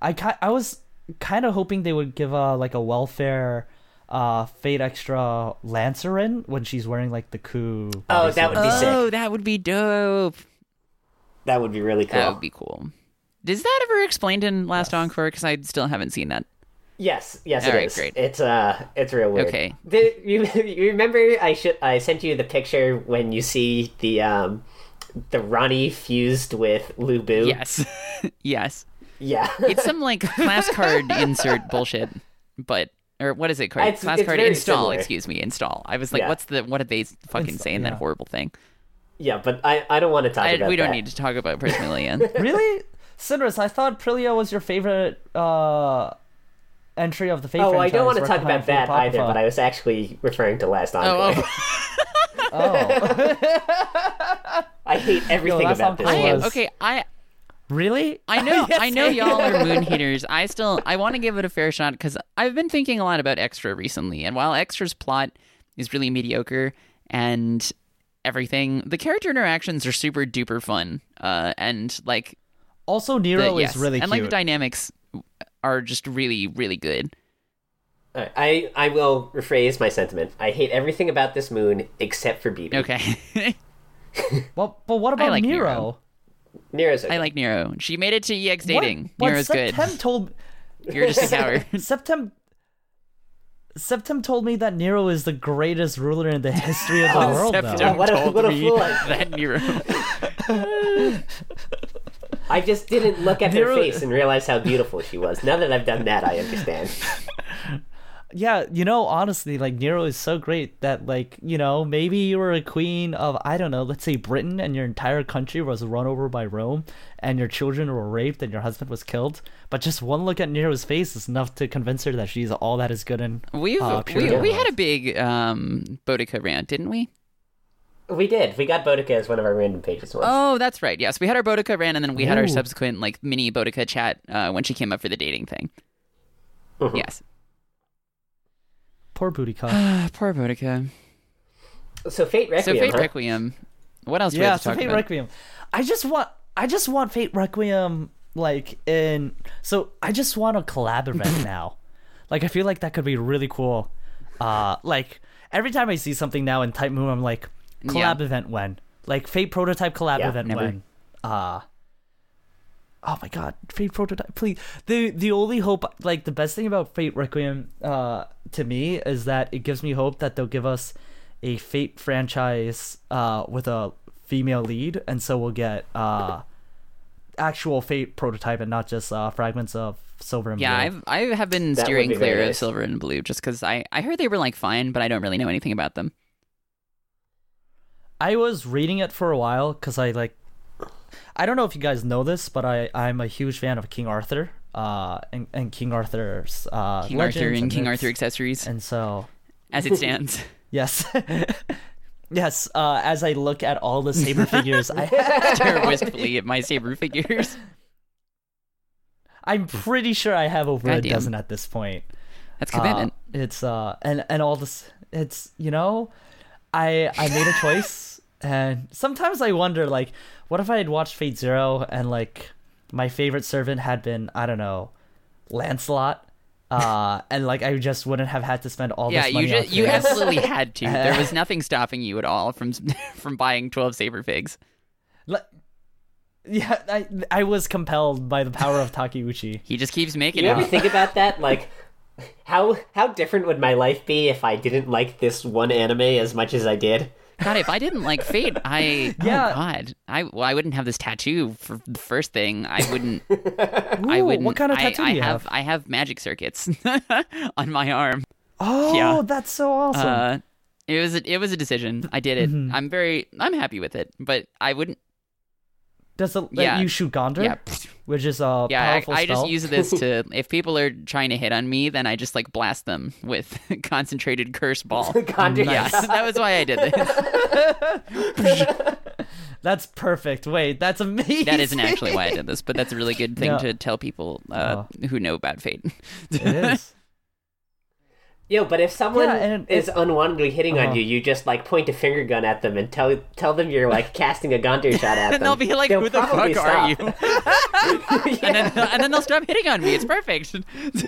I ki- I was kind of hoping they would give a like a welfare uh Fate Extra Lancer Rin when she's wearing like the coup. Oh, that bodysuit. would be sick. Oh, that would be dope. That would be really cool. That would be cool. Is that ever explained in Last Encore? Because I still haven't seen that. Yes, yes, All it right, is. great. It's uh, it's real weird. Okay. The, you, you remember I should I sent you the picture when you see the um, the Ronnie fused with Lubu. Yes, yes. Yeah. It's some like class card insert bullshit, but or what is it? Card? It's- class it's card very install. similar. Excuse me, install. I was like, Yeah. what's the what did they fucking Install, say in yeah. that horrible thing? yeah, but I, I don't want to talk I, about we don't that. need to talk about Prince Million. Really? Cindrus, I thought Prilia was your favorite uh entry of the Fate Oh, I franchise. don't want to right talk behind about that Fate either, Apocrypha. but I was actually referring to Last oh, Encore. Oh, I hate everything Last about this Encore game. was- okay, I really? I know Yes, I know it y'all are moon heaters. I still I want to give it a fair shot because I've been thinking a lot about Extra recently, and while Extra's plot is really mediocre and everything, the character interactions are super duper fun, uh, and like Also, the, Nero yes, is really and cute. like the dynamics are just really really good. All right, I, I will rephrase my sentiment. I hate everything about this moon except for BB. Okay, Well, but what about like Nero? Nero. Nero's okay. I like Nero. She made it to EX What- dating. What, Nero's good. Septem told You're just a coward. Septem Septem told me that Nero is the greatest ruler in the history of the world. Septem Oh, Though. what a- told what a me fool I- that Nero. I just didn't look at her Nero- face and realize how beautiful she was. Now that I've done that, I understand. Yeah, you know, honestly, like Nero is so great that like you know maybe you were a queen of I don't know, let's say Britain, and your entire country was run over by Rome, and your children were raped, and your husband was killed. But just one look at Nero's face is enough to convince her that she's all that is good and We've uh, pure. we, we had a big um, Bodica rant, didn't we? we did. We got Bodica as one of our random pages once. Oh, that's right. Yes, we had our Bodica rant, and then we had our Ooh. subsequent like mini Bodica chat uh, when she came up for the dating thing. Mhm. Oh, Yes, poor booty cock. Ah, poor Bodica. So Fate So Requiem. Fate huh? Requiem. What else? do we yeah, have to so talk Fate about? Requiem. I just want I just want Fate Requiem like in so I just want a collab event now. Like I feel like that could be really cool. Uh like every time I see something now in Type Moon I'm like collab Yeah. event when? Like Fate prototype collab Yeah, event never. when? Uh Oh my god, Fate prototype, please. The the only hope like the best thing about Fate Requiem uh to me is that it gives me hope that they'll give us a Fate franchise uh with a female lead and so we'll get uh actual Fate prototype and not just uh fragments of Silver and Yeah, Blue. I've I have been That would steering be very clear of nice. silver and blue just because I I heard they were like fine, but I don't really know anything about them. I was reading it for a while because I like. I don't know if you guys know this, but I I'm a huge fan of King Arthur, uh, and, and King Arthur's uh, King Arthur legends and King myths. Arthur accessories, and so as it stands. yes, yes. Uh, as I look at all the saber figures, I Stare wistfully at my saber figures. I'm pretty sure I have over Goddamn. a dozen at this point. That's Uh, commitment. it's uh, and and all this. It's you know, I I made a choice, and sometimes I wonder like, what if I had watched Fate Zero and like my favorite servant had been I don't know, Lancelot, uh, and like I just wouldn't have had to spend all yeah, this you money. on just you Fate. absolutely had to. There was nothing stopping you at all from from buying twelve saber figs. Like- yeah, I I was compelled by the power of Takeuchi. He just keeps making You ever it. think about that? Like, how how different would my life be if I didn't like this one anime as much as I did? God, if I didn't like Fate, I Yeah. oh God, I well, I wouldn't have this tattoo for the first thing. I wouldn't. I Ooh, wouldn't. what kind of I- tattoo I, do you have? I have magic circuits on my arm. Oh, Yeah. that's so awesome. Mm-hmm. Uh, it was a, it was a decision. I did it. I'm very I'm happy with it, but I wouldn't. Does it let yeah. you shoot Gonder? Yeah, Which is a yeah. I, powerful I just spell? use this to if people are trying to hit on me, then I just like blast them with concentrated curse ball. Condor- Yes, that was why I did this. That's perfect. Wait, that's amazing. That isn't actually why I did this, but that's a really good thing Yeah. to tell people uh, who know about fate. it is. Yo, but if someone Yeah, and it- is unwantedly hitting Uh-huh. on you, you just like point a finger gun at them and tell tell them you're like casting a Gondor shot at them. and they'll be like, They'll "Who the fuck probably are you?" stop. and, then, and then they'll stop hitting on me. It's perfect. right,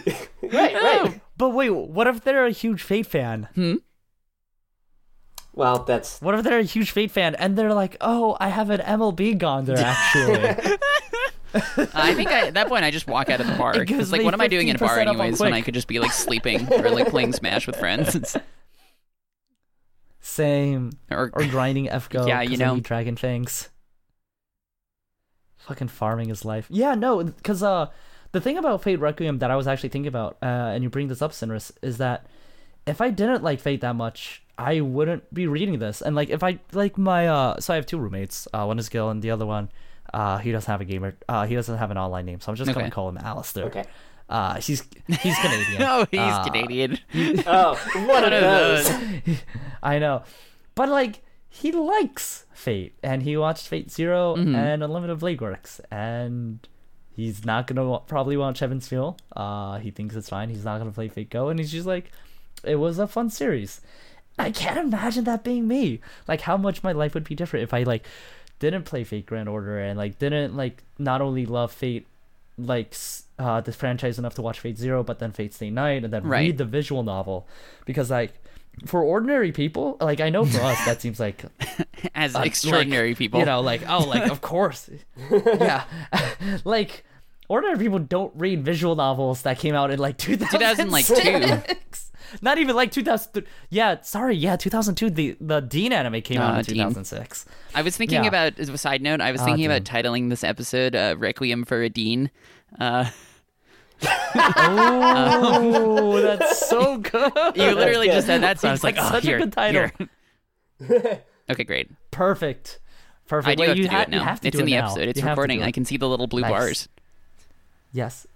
right. No. But wait, what if they're a huge Fate fan? Hmm. Well, that's What if they're a huge Fate fan and they're like, oh, I have an MLB Gonder actually? I think I, at that point I just walk out of the bar It gives because like me what am I doing in a bar 15% up on anyways when I Quick. could just be like sleeping or like playing Smash with friends It's- Same. or Or grinding FGO. Yeah, you 'cause I know. need Dragon Fangs. Fucking farming is life. Yeah, no, because uh, the thing about Fate Requiem that I was actually thinking about, uh, and you bring this up, Sinris, is that if I didn't like Fate that much, I wouldn't be reading this. And like, if I like my uh, so I have two roommates. Uh, one is Gil, and the other one, uh, he doesn't have a gamer. Uh, he doesn't have an online name, so I'm just Okay. gonna call him Alistair. okay. Uh, he's he's Canadian. no, he's Uh, Canadian. Oh, one of of those. I know. But like he likes Fate and he watched Fate 0 and Unlimited Blade Works and he's not gonna wa- probably watch Heaven's Feel. Uh he thinks it's fine, he's not gonna play Fate Go and he's just like it was a fun series. I can't imagine that being me. Like how much my life would be different if I like didn't play Fate Grand Order and like didn't like not only love Fate like s- uh the franchise enough to watch Fate Zero, but then Fate Stay Night and then Right. read the visual novel because like for ordinary people, like I know for us that seems like as extraordinary like, people. you know, like oh, like of course, yeah, like ordinary people don't read visual novels that came out in like 2000 like, two. Not even like 2000. Yeah, sorry. Yeah, 2002. The the Dean anime came out Uh, in Dean. 2006. I was thinking Yeah. Ah, about as a side note. I was thinking about titling this episode uh, "Requiem for a Dean." Uh, Oh, that's so good. you literally good. just said that. So I was Oh, Seems like, oh, like such a here, good title." here. okay, great. Perfect. Perfect. I do Wait, have you to do ha- it now. You have to it's do in it the now. episode. It's You have to recording. do I it. can see the little blue Nice. bars. Yes.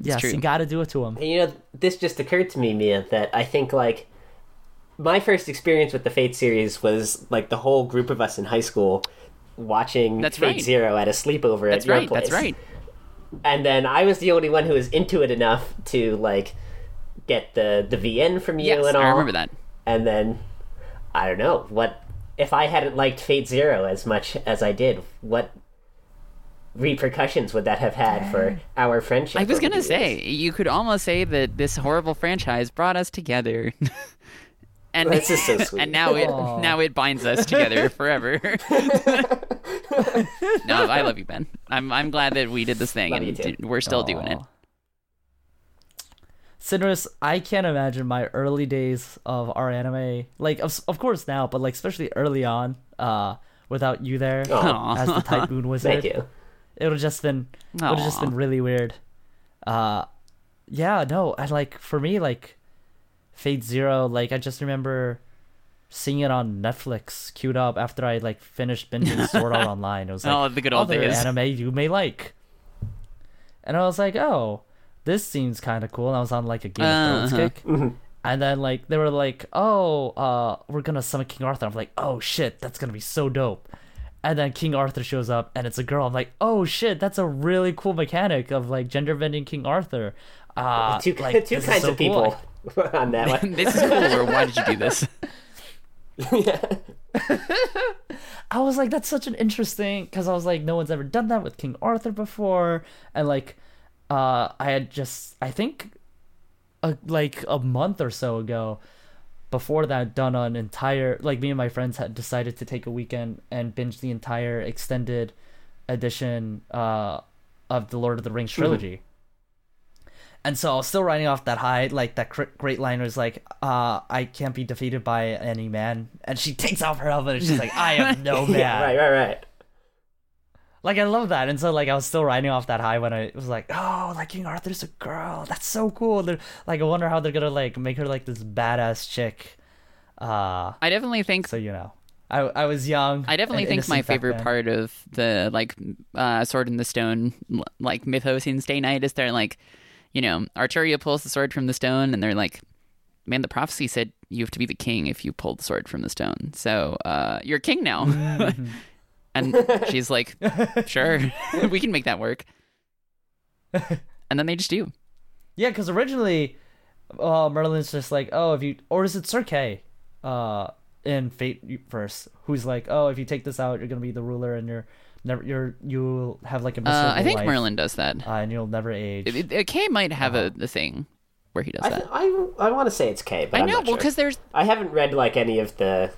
Yes, true. you got to do it to him. And, you know, this just occurred to me, Mia, that I think like my first experience with the Fate series was like the whole group of us in high school watching That's Fate right. Zero at a sleepover That's at your right. place. That's right. And then I was the only one who was into it enough to like get the the VN from you Yes, and all. I remember that. And then I don't know what if I hadn't liked Fate Zero as much as I did. What repercussions would that have had for our friendship? I was over gonna the say years? you could almost say that this horrible franchise brought us together. And, That's just so sweet. and now it Aw. now it binds us together forever. no, I love you, Ben. I'm I'm glad that we did this thing Love and you too. d- we're still doing it. Aw. Cinderus, I can't imagine my early days of our anime. Like, of, of course now, but like especially early on, uh, without you there Aw. as the typhoon wizard, Thank you. it would have just been it would have just Aw. been really weird. Uh, yeah, no, I like for me like Fate Zero. Like I just remember seeing it on Netflix queued up after I like finished binging Sword Art Online. It was like Oh, the good old other days. anime you may like, and I was like, oh, this seems kind of cool. And I was on like a Game of Thrones Uh-huh. kick. And then like they were like, "Oh, uh, we're gonna summon King Arthur." I'm like, "Oh shit, that's gonna be so dope." And then King Arthur shows up, and it's a girl. I'm like, "Oh shit, that's a really cool mechanic of like gender bending King Arthur." Uh, two like, two this is kinds so of cool. people on that one. this is cool. Or why did you do this? I was like, "That's such an interesting," because I was like, "No one's ever done that with King Arthur before," and like, uh, I had just, I think, a, like a month or so ago, before that done an entire like me and my friends had decided to take a weekend and binge the entire extended edition uh of the Lord of the Rings trilogy. And so I was still riding off that high, like that cr- great line was like, uh, "I can't be defeated by any man," and she takes off her helmet and she's like, "I am no Oh, man." Yeah, right, right, right. Like I love that, and so like I was still riding off that high when I was like, "Oh, like King Arthur's a girl. That's so cool." They're, like I wonder how they're gonna like make her like this badass chick. Uh, I definitely think so you know, I I was young. I definitely and think my innocent back favorite then. part of the like uh, Sword in the Stone l- like mythos in Stay Night is they're like, you know, Arturia pulls the sword from the stone, and they're like, man, the prophecy said you have to be the king if you pulled the sword from the stone, so uh, you're king now. Mm-hmm. and she's like, sure, we can make that work. And then they just do. Yeah, because originally, uh, Merlin's just like, "Oh, if you," or is it Sir Kay, uh, in Fate Verse, who's like, "Oh, if you take this out, you're gonna be the ruler, and you're never you're you'll have like a miserable Uh, I think life, Merlin does that. uh, uh-huh. and you'll never age." It- it- Kay might have a, a thing where he does I, that. th- I, I want to say it's K, but I am know, not well, sure. because there's I haven't read like any of the,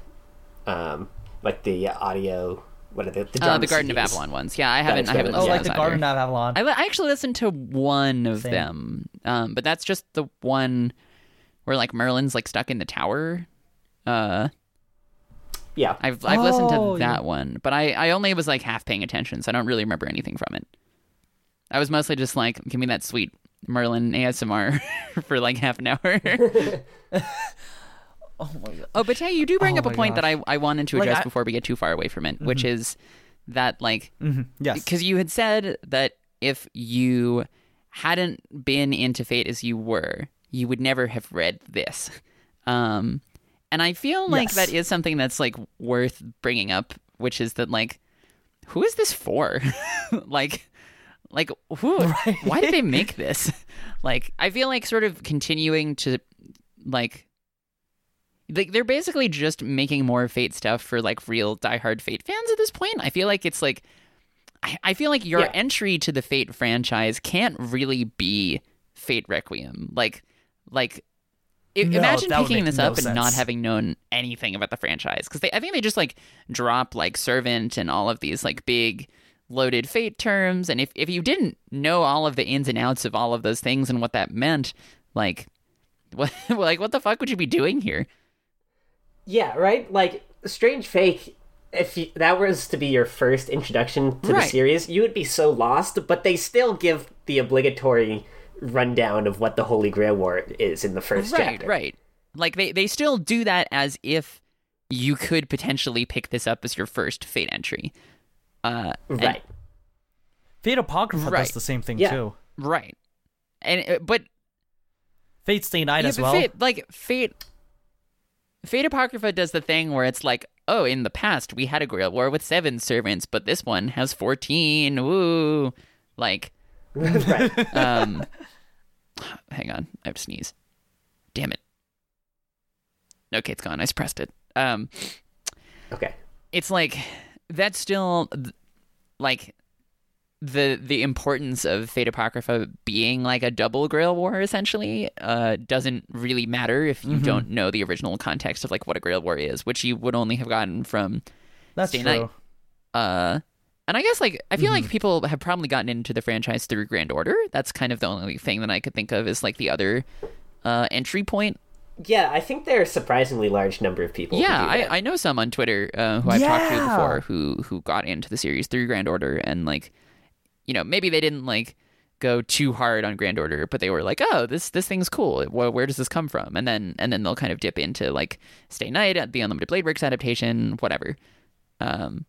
um, like the audio. What are they? The, uh, drum the Garden of CDs. Babylon ones. Yeah, I haven't. it's I haven't Garden of oh, listened like to the those Garden either. of Avalon. I, li- I actually listened to one of Same. them, um, but that's just the one where like Merlin's like stuck in the tower. Uh, Yeah, I've I've listened Oh, to yeah. that one, but I I only was like half paying attention, so I don't really remember anything from it. I was mostly just like, give me that sweet Merlin ASMR for like half an hour. oh my god. Oh, but hey, you do bring Oh up a my point that I, I wanted to Like, address I- Mm-hmm. before we get too far away from it, which is that like Yes. because you had said that if you hadn't been into Fate as you were, you would never have read this. Um, and I feel like Yes. that is something that's like worth bringing up, which is that like, who is this for? like, like who? Why did they make this? Like, I feel like sort of continuing to like. Like they're basically just making more Fate stuff for like real diehard Fate fans at this point. I feel like it's like I, I feel like your Yeah. entry to the Fate franchise can't really be Fate Requiem. Like, like I- No, imagine that would picking make this no up and not sense. having known anything about the franchise because I think they just like drop like servant and all of these like big loaded fate terms and if if you didn't know all of the ins and outs of all of those things and what that meant like what like what the fuck would you be doing here Yeah, right? Like Strange Fake if you, that was to be your first introduction to the Right. series, you would be so lost, but they still give the obligatory rundown of what the Holy Grail War is in the first right chapter. right like they they still do that as if you could potentially pick this up as your first fate entry uh and- Right. Fate Apocrypha Right. does the same thing Yeah. too. right and uh, but Fate Stay Night Yeah, as but well. Fate, like Fate, Fate Apocrypha does the thing where it's like, oh, in the past we had a Grail War with seven servants, but this one has fourteen. Woo! Like, right. um, hang on, I have to sneeze. Damn it. Okay, it's gone. I suppressed it. Um, Okay. it's like that's still th- like the the importance of Fate Apocrypha being like a double Grail War essentially uh, doesn't really matter if you don't know the original context of like what a Grail War is, which you would only have gotten from That's Stay true. Night. uh, and I guess like I feel like people have probably gotten into the franchise through Grand Order. That's kind of the only thing that I could think of is like the other uh, entry point. Yeah, I think there are a surprisingly large number of people. who Yeah, do that. I, I know some on Twitter uh, who I've talked to Yeah. before who who got into the series through Grand Order and like, you know, maybe they didn't like go too hard on Grand Order, but they were like, oh, this this thing's cool. Where, where does this come from? And then and then they'll kind of dip into like Stay Night at the Unlimited Blade Works adaptation, whatever. Um,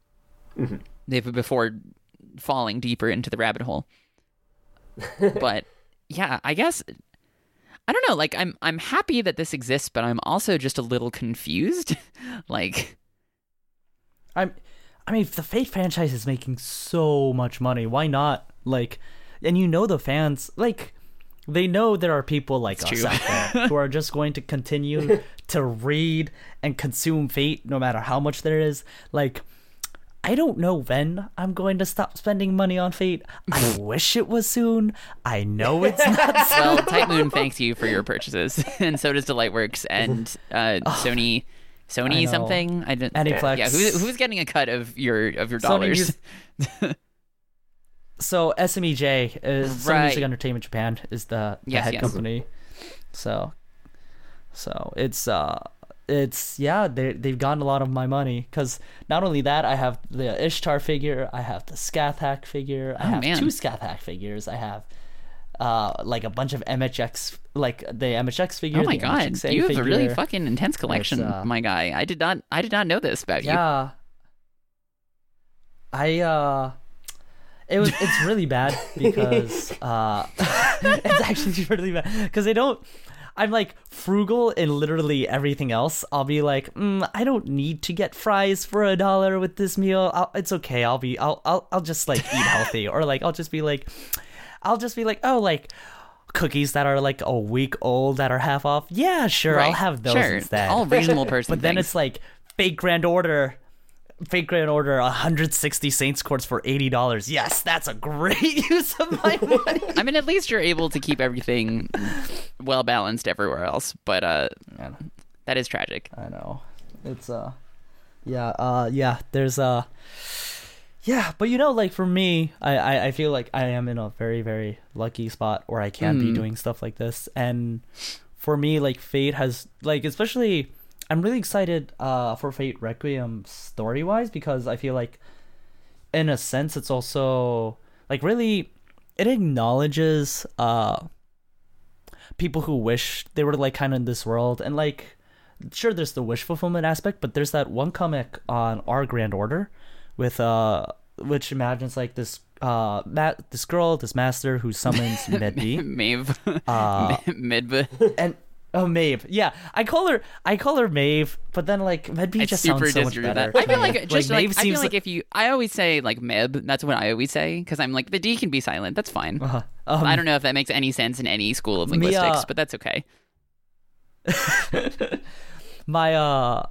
they've before falling deeper into the rabbit hole. but yeah, I guess I don't know. Like I'm I'm happy that this exists, but I'm also just a little confused. like I'm, I mean, the Fate franchise is making so much money. Why not? Like, and you know the fans, like, they know there are people like us true. out there who are just going to continue to read and consume Fate no matter how much there is. Like, I don't know when I'm going to stop spending money on Fate. I wish it was soon. I know it's not soon. well, Type Moon thanks you for your purchases, and so does Delightworks and uh, Sony. Sony know. something I didn't. Aniplex. Yeah, who's, who's getting a cut of your of your Sony dollars? Music- So SMEJ, is Sony Right. Music Entertainment Japan, is the, the Yes, head yes. company. So, so it's uh, it's yeah, they they've gotten a lot of my money because not only that, I have the Ishtar figure, I have the Scath Hack figure, I have Oh, man. two Scath Hack figures, I have. Uh, like a bunch of MHX, like the MHX figure. oh my the god, MHXA you have a really figure. fucking intense collection, There's, uh, my guy. I did not I did not know this about you. Yeah. I uh it was it's really bad because uh it's actually really bad cuz they don't I'm like frugal in literally everything else. I'll be like, mm, I don't need to get fries for a dollar with this meal. I'll, it's okay. I'll be, I'll, I'll, I'll just like eat healthy, or like I'll just be like, I'll just be like, oh, like cookies that are like a week old that are half off. Yeah, sure, I'll Right. have those Sure, instead. all reasonable person. But then things. it's like fake grand order, fake grand order, 160 Saints courts for eighty dollars. Yes, that's a great use of my money. I mean, at least you're able to keep everything well balanced everywhere else, but uh, that is tragic. I know, it's uh, yeah, uh, yeah. There's uh, yeah, but you know, like for me, I I, I feel like I am in a very very lucky spot where I can be doing stuff like this, and for me, like Fate has like especially. I'm really excited uh, for Fate Requiem story wise because I feel like in a sense it's also like really it acknowledges uh people who wish they were like kind of in this world and like sure there's the wish fulfillment aspect but there's that one comic on our grand order with uh which imagines like this uh ma- this girl this master who summons Medb Maeve, uh Midva, and oh Maeve yeah I call her I call her Maeve but then like Medb I just super sounds so much disagree with better that. I feel like just like, Maeve I feel seems like, if you, I always say like Mib. That's what I always say because I'm like the D can be silent. That's fine. um, I don't know if that makes any sense in any school of Mia- linguistics, but that's okay. my uh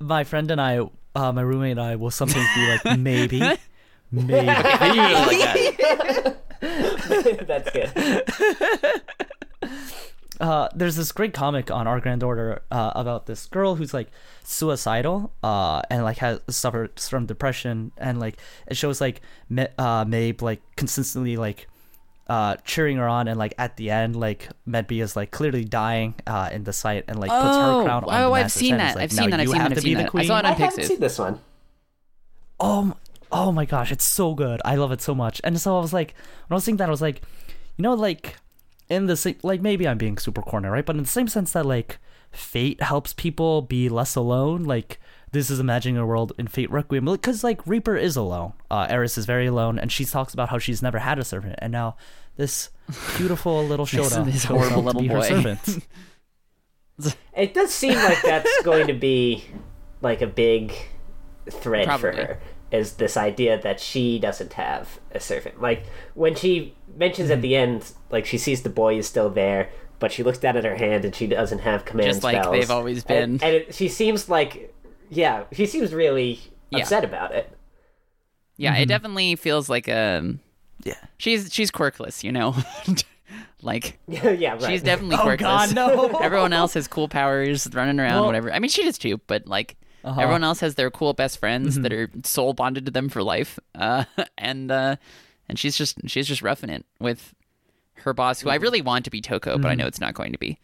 my friend and I uh my roommate and I will sometimes be like maybe maybe That's good. uh, there's this great comic on Our Grand Order uh, about this girl who's like suicidal uh, and like has suffers from depression and like it shows like Ma- uh, Mabe like consistently like uh, cheering her on and like at the end like Medby is like clearly dying uh, in the sight and like puts her Oh, crown oh, on the I've master's seen head and that. is like, I've "Now seen that. I've you seen have that. to I've be seen the that. I queen. saw it on I haven't Pixiv. seen this one. Oh, m- oh my gosh, it's so good. I love it so much. And so I was like, when I was thinking that, I was like, you know, like in the same, like maybe I'm being super corner, right? But in the same sense that like fate helps people be less alone, like this is imagining a world in Fate Requiem, because like Reaper is alone. Uh, Eris is very alone, and she talks about how she's never had a servant, and now this beautiful little Shota this comes horrible out to little be her boy. servant. It does seem like that's going to be like a big thread for Probably. her is this idea that she doesn't have a servant. Like when she mentions Mm-hmm. at the end, like she sees the boy is still there, but she looks down at her hand and she doesn't have command Just like spells. they've always And- been. and it, she seems like, yeah, she seems really Yeah. upset about it. Yeah, it definitely feels like um Yeah. She's she's quirkless, you know. like yeah, right. she's definitely Oh quirkless. God, no! Everyone else has cool powers, running around, Well- whatever. I mean, she does too, but like Uh-huh. everyone else has their cool best friends that are Mm-hmm. soul bonded to them for life. Uh, and uh, and she's just she's just roughing it with her boss, who I really want to be Toko, but I Mm-hmm. know it's not going to be.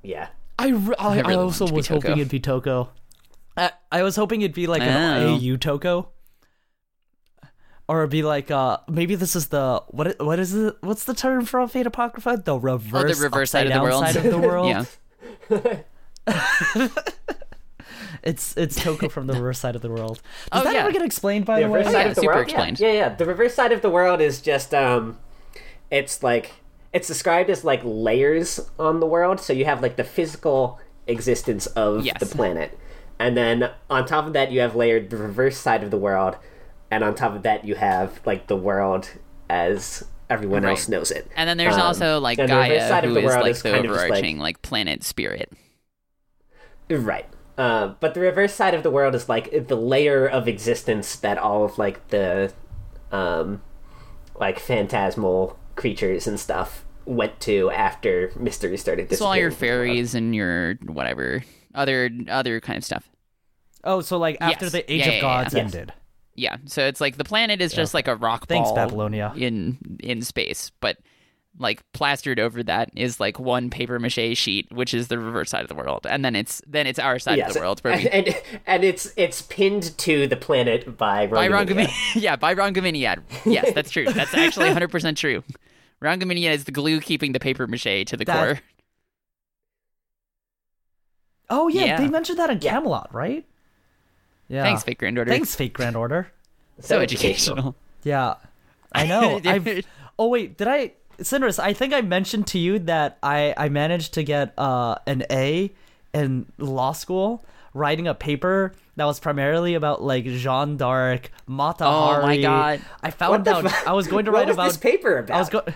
yeah. I, re- I, I I, really also want to be was Toko. hoping it'd be Toko. I, I was hoping it'd be like an Oh. AU Toko. Or it'd be like uh maybe this is the what i- what is it what's the term for Fate Apocrypha? The reverse, Oh, reverse side upside of the down world. side of the world. Yeah, It's it's Toko from the reverse side of the world. Does Oh, that yeah. ever get explained by the, the way? Oh, reverse side yeah, of the super world. explained. Yeah, yeah, yeah. The reverse side of the world is just um, it's like it's described as like layers on the world. So you have like the physical existence of Yes. the planet, and then on top of that you have layered the reverse side of the world, and on top of that you have like the world as everyone Right. else knows it. and then there's Um, also like and the reverse Gaia, side of who the is world like is the kind of just, like- overarching like planet spirit. Right. Uh, but the reverse side of the world is like the layer of existence that all of like the, um, like phantasmal creatures and stuff went to after mystery started. So all your disappearing. fairies and your whatever other other kind of stuff. Oh, so like after Yes. the Age Yeah, of yeah, Gods yeah. ended. Yeah, so it's like the planet is just like a rock ball. Thanks, Babylonia. In in space, but like plastered over that is like one paper mache sheet, which is the reverse side of the world, and then it's then it's our side Yes. of the world where we. and, and it's it's pinned to the planet by By Ron Rongamini. Gamini- yeah, by Ron Gaminiad. Yes, that's true. That's actually 100% true. Ron Gaminiad is the glue keeping the paper mache to the That- core. Oh yeah, Yeah. they mentioned that in Camelot, right? Yeah. Thanks, Fake Grand Order. Thanks, Fate Grand Order. So educational. Yeah, I know. Dude. I've, oh wait, did I? Cindrus, I think I mentioned to you that I I managed to get uh, an A in law school writing a paper that was primarily about like Jeanne d'Arc, Mata Oh, my Hari. God. I What found the out fu- I was going to What write was about this paper about. I was going.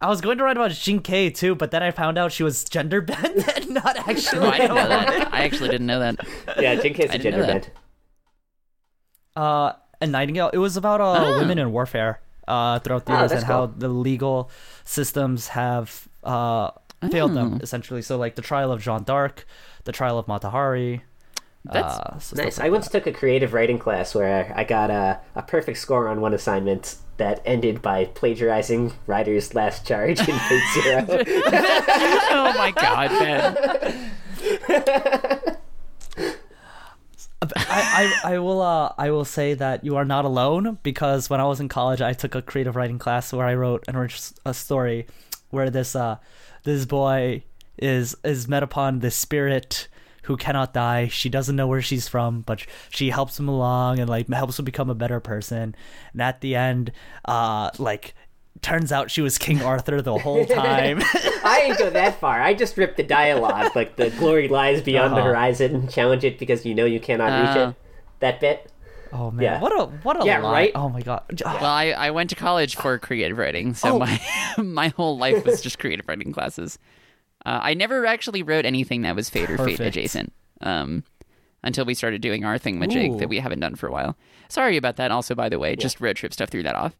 I was going to write about Jinkei too, but then I found out she was gender bent and not actually. Oh, I didn't know that. I actually didn't know that. yeah, Jinkei's a didn't know gender that. bent. uh, a nightingale. It was about uh, Oh. women in warfare uh, throughout the Oh, years Ah. that's and how cool. the legal systems have uh, failed Ah. them essentially. So like the trial of Jeanne d'Arc, the trial of Mata Hari. That's uh, so Nice. stuff I once took a creative writing class where I got a, a perfect score on one assignment that ended by plagiarizing Ryder's last charge in Fate Zero. oh my god, man. like- I, I, I will uh, I will say that you are not alone because when I was in college, I took a creative writing class where I wrote an orig- a story where this uh, this boy is is met upon this spirit who cannot die. She doesn't know where she's from, but she helps him along and like helps him become a better person. And at the end, uh, like turns out she was King Arthur the whole time. I didn't go that far. I just ripped the dialogue, like the glory lies beyond the Uh-huh. horizon. Challenge it because you know you cannot reach Ah. it. That bit. oh man, Yeah. what a what a Yeah, lie. right? Oh my god. Well, I, I went to college for creative writing, so Oh. my my whole life was just creative writing classes. Uh, I never actually wrote anything that was fate or Perfect. fate adjacent um, until we started doing our thing with Jake that Ooh. we haven't done for a while. Sorry about that. Also, by the way, just road trip stuff threw that off.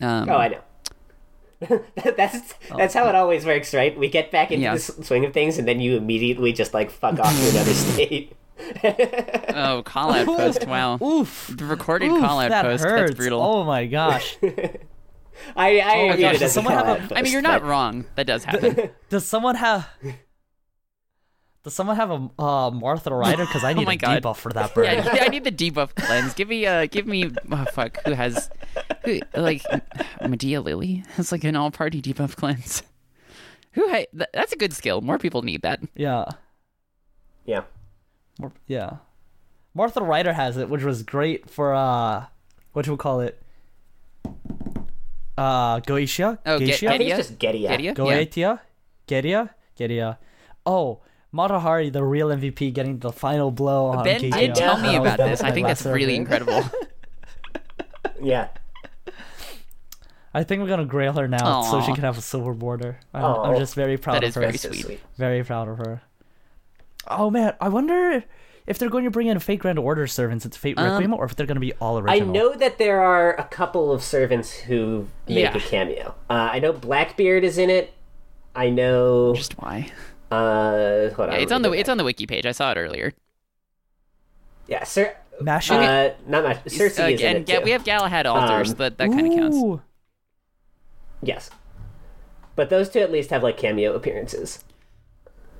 Um, Oh, I know. that's that's how it Oh. always works, right? We get back into Yeah. the s- swing of things, and then you immediately just like fuck off to another state. Oh, call out post. Wow. Oof. The recorded Oof, call out that post. Hurts. That's brutal. Oh my gosh. I I oh, gosh, it does as a someone have a- call-out I mean, post, you're not but- wrong. That does happen. Does someone have? Does someone have a uh, Martha Ryder? Because I need Oh my a God. debuff for that bird. yeah, I- I need the debuff cleanse. Give me, uh, give me. Oh fuck, who has, who like, Medea Lily? It's like an all party debuff cleanse. Who? Ha- th- that's a good skill. More people need that. yeah, Yeah, Mar- yeah. Martha Ryder has it, which was great for uh, what we call it? Uh, Goetia. Oh, Ge- I Geisha? think Gedia? it's just Gedia. Gedia? Yeah. Goetia, Gedia, Gedia. Oh, Matahari, the real MVP, getting the final blow on Ben Geisha. did tell me That was about this. my I think last that's really server. incredible. Yeah. I think we're gonna grail her now so she Aw. can have a silver border. I'm, Aw. I'm just very proud That of is her. very So Sweet. sweet. Very proud of her. Oh man, I wonder if they're going to bring in fake Grand Order servants into Fate Requiem, Um, or if they're going to be all I original. know that there are a couple of servants who make Yeah. a cameo. Uh, I know Blackbeard is in it. I know. Just why? Uh, hold on. Yeah, it's let on me the go it's back. on the wiki page. I saw it earlier. Yeah, Sir. Mashi. Uh, not much. Cersei Uh, is in and it Ga- too. we have Galahad altars, Um, but that kind of counts. Ooh. Yes. But those two at least have like cameo appearances.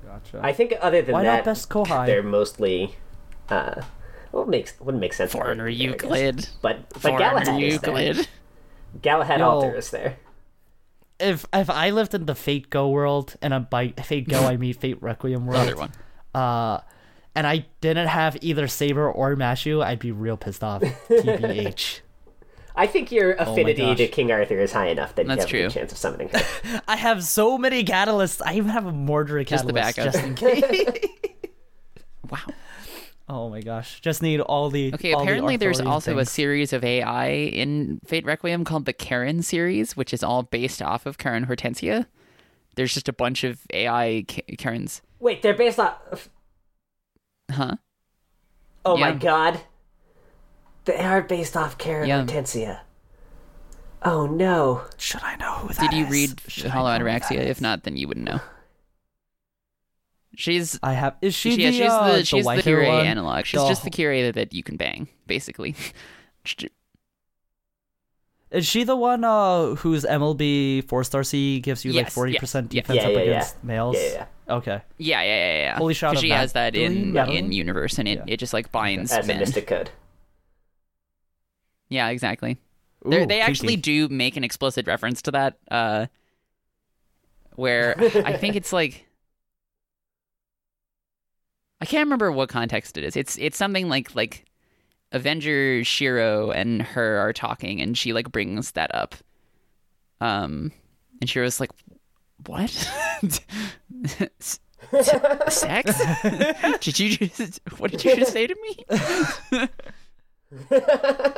Gotcha. I think other than Why that, not best they're Kohai? mostly. Uh, well, it makes wouldn't make sense. Foreigner There, I guess. Euclid. But but Foreigner Galahad is there. Euclid. Galahad Yo. Alter is there. If if I lived in the Fate Go world, and I, by Fate Go I mean Fate Requiem world, Other one. uh, and I didn't have either Saber or Mashu, I'd be real pissed off. TBH. I think your affinity to gosh. King Arthur is high enough that Oh That's you have a good true. chance of summoning her. I have so many catalysts. I even have a Mordred Just the catalyst backup. just in case. Wow. oh my gosh! Just need all the Okay. all the apparently, there's Arthurian also things. a series of AI in Fate Requiem called the Karen series, which is all based off of Karen Hortensia. There's just a bunch of AI Ka- Karens. Wait, they're based off. Huh? Oh my Yeah. god. They are based off Karen Yeah. Hortensia. Oh no. Should I know who that Did you is? read Should I Hollow know who that Ataraxia? If is? not, then you wouldn't know. She's I have. Is she yeah, the, she's uh, the she's the, white hair Kyrie one? analog. She's The- just the Kyrie that you can bang, basically. She- Is she the one uh, whose MLB four star C gives you like Yes, forty percent yeah, yeah. defense Yeah, up yeah, yeah. against males? Yeah, yeah, Okay. yeah, yeah, yeah, yeah. Holy shot 'Cause of she Matt has that in Dillon? in universe, and it, Yeah. it just like binds As a men. mystic code. Yeah, exactly. They're- Ooh, they actually creepy. do make an explicit reference to that, uh, where I think it's like I can't remember what context it is. It's it's something like like Avenger Shiro and her are talking, and she like brings that up, um, and Shiro's like, "What? S- s- Sex? did you just what did you just say to me?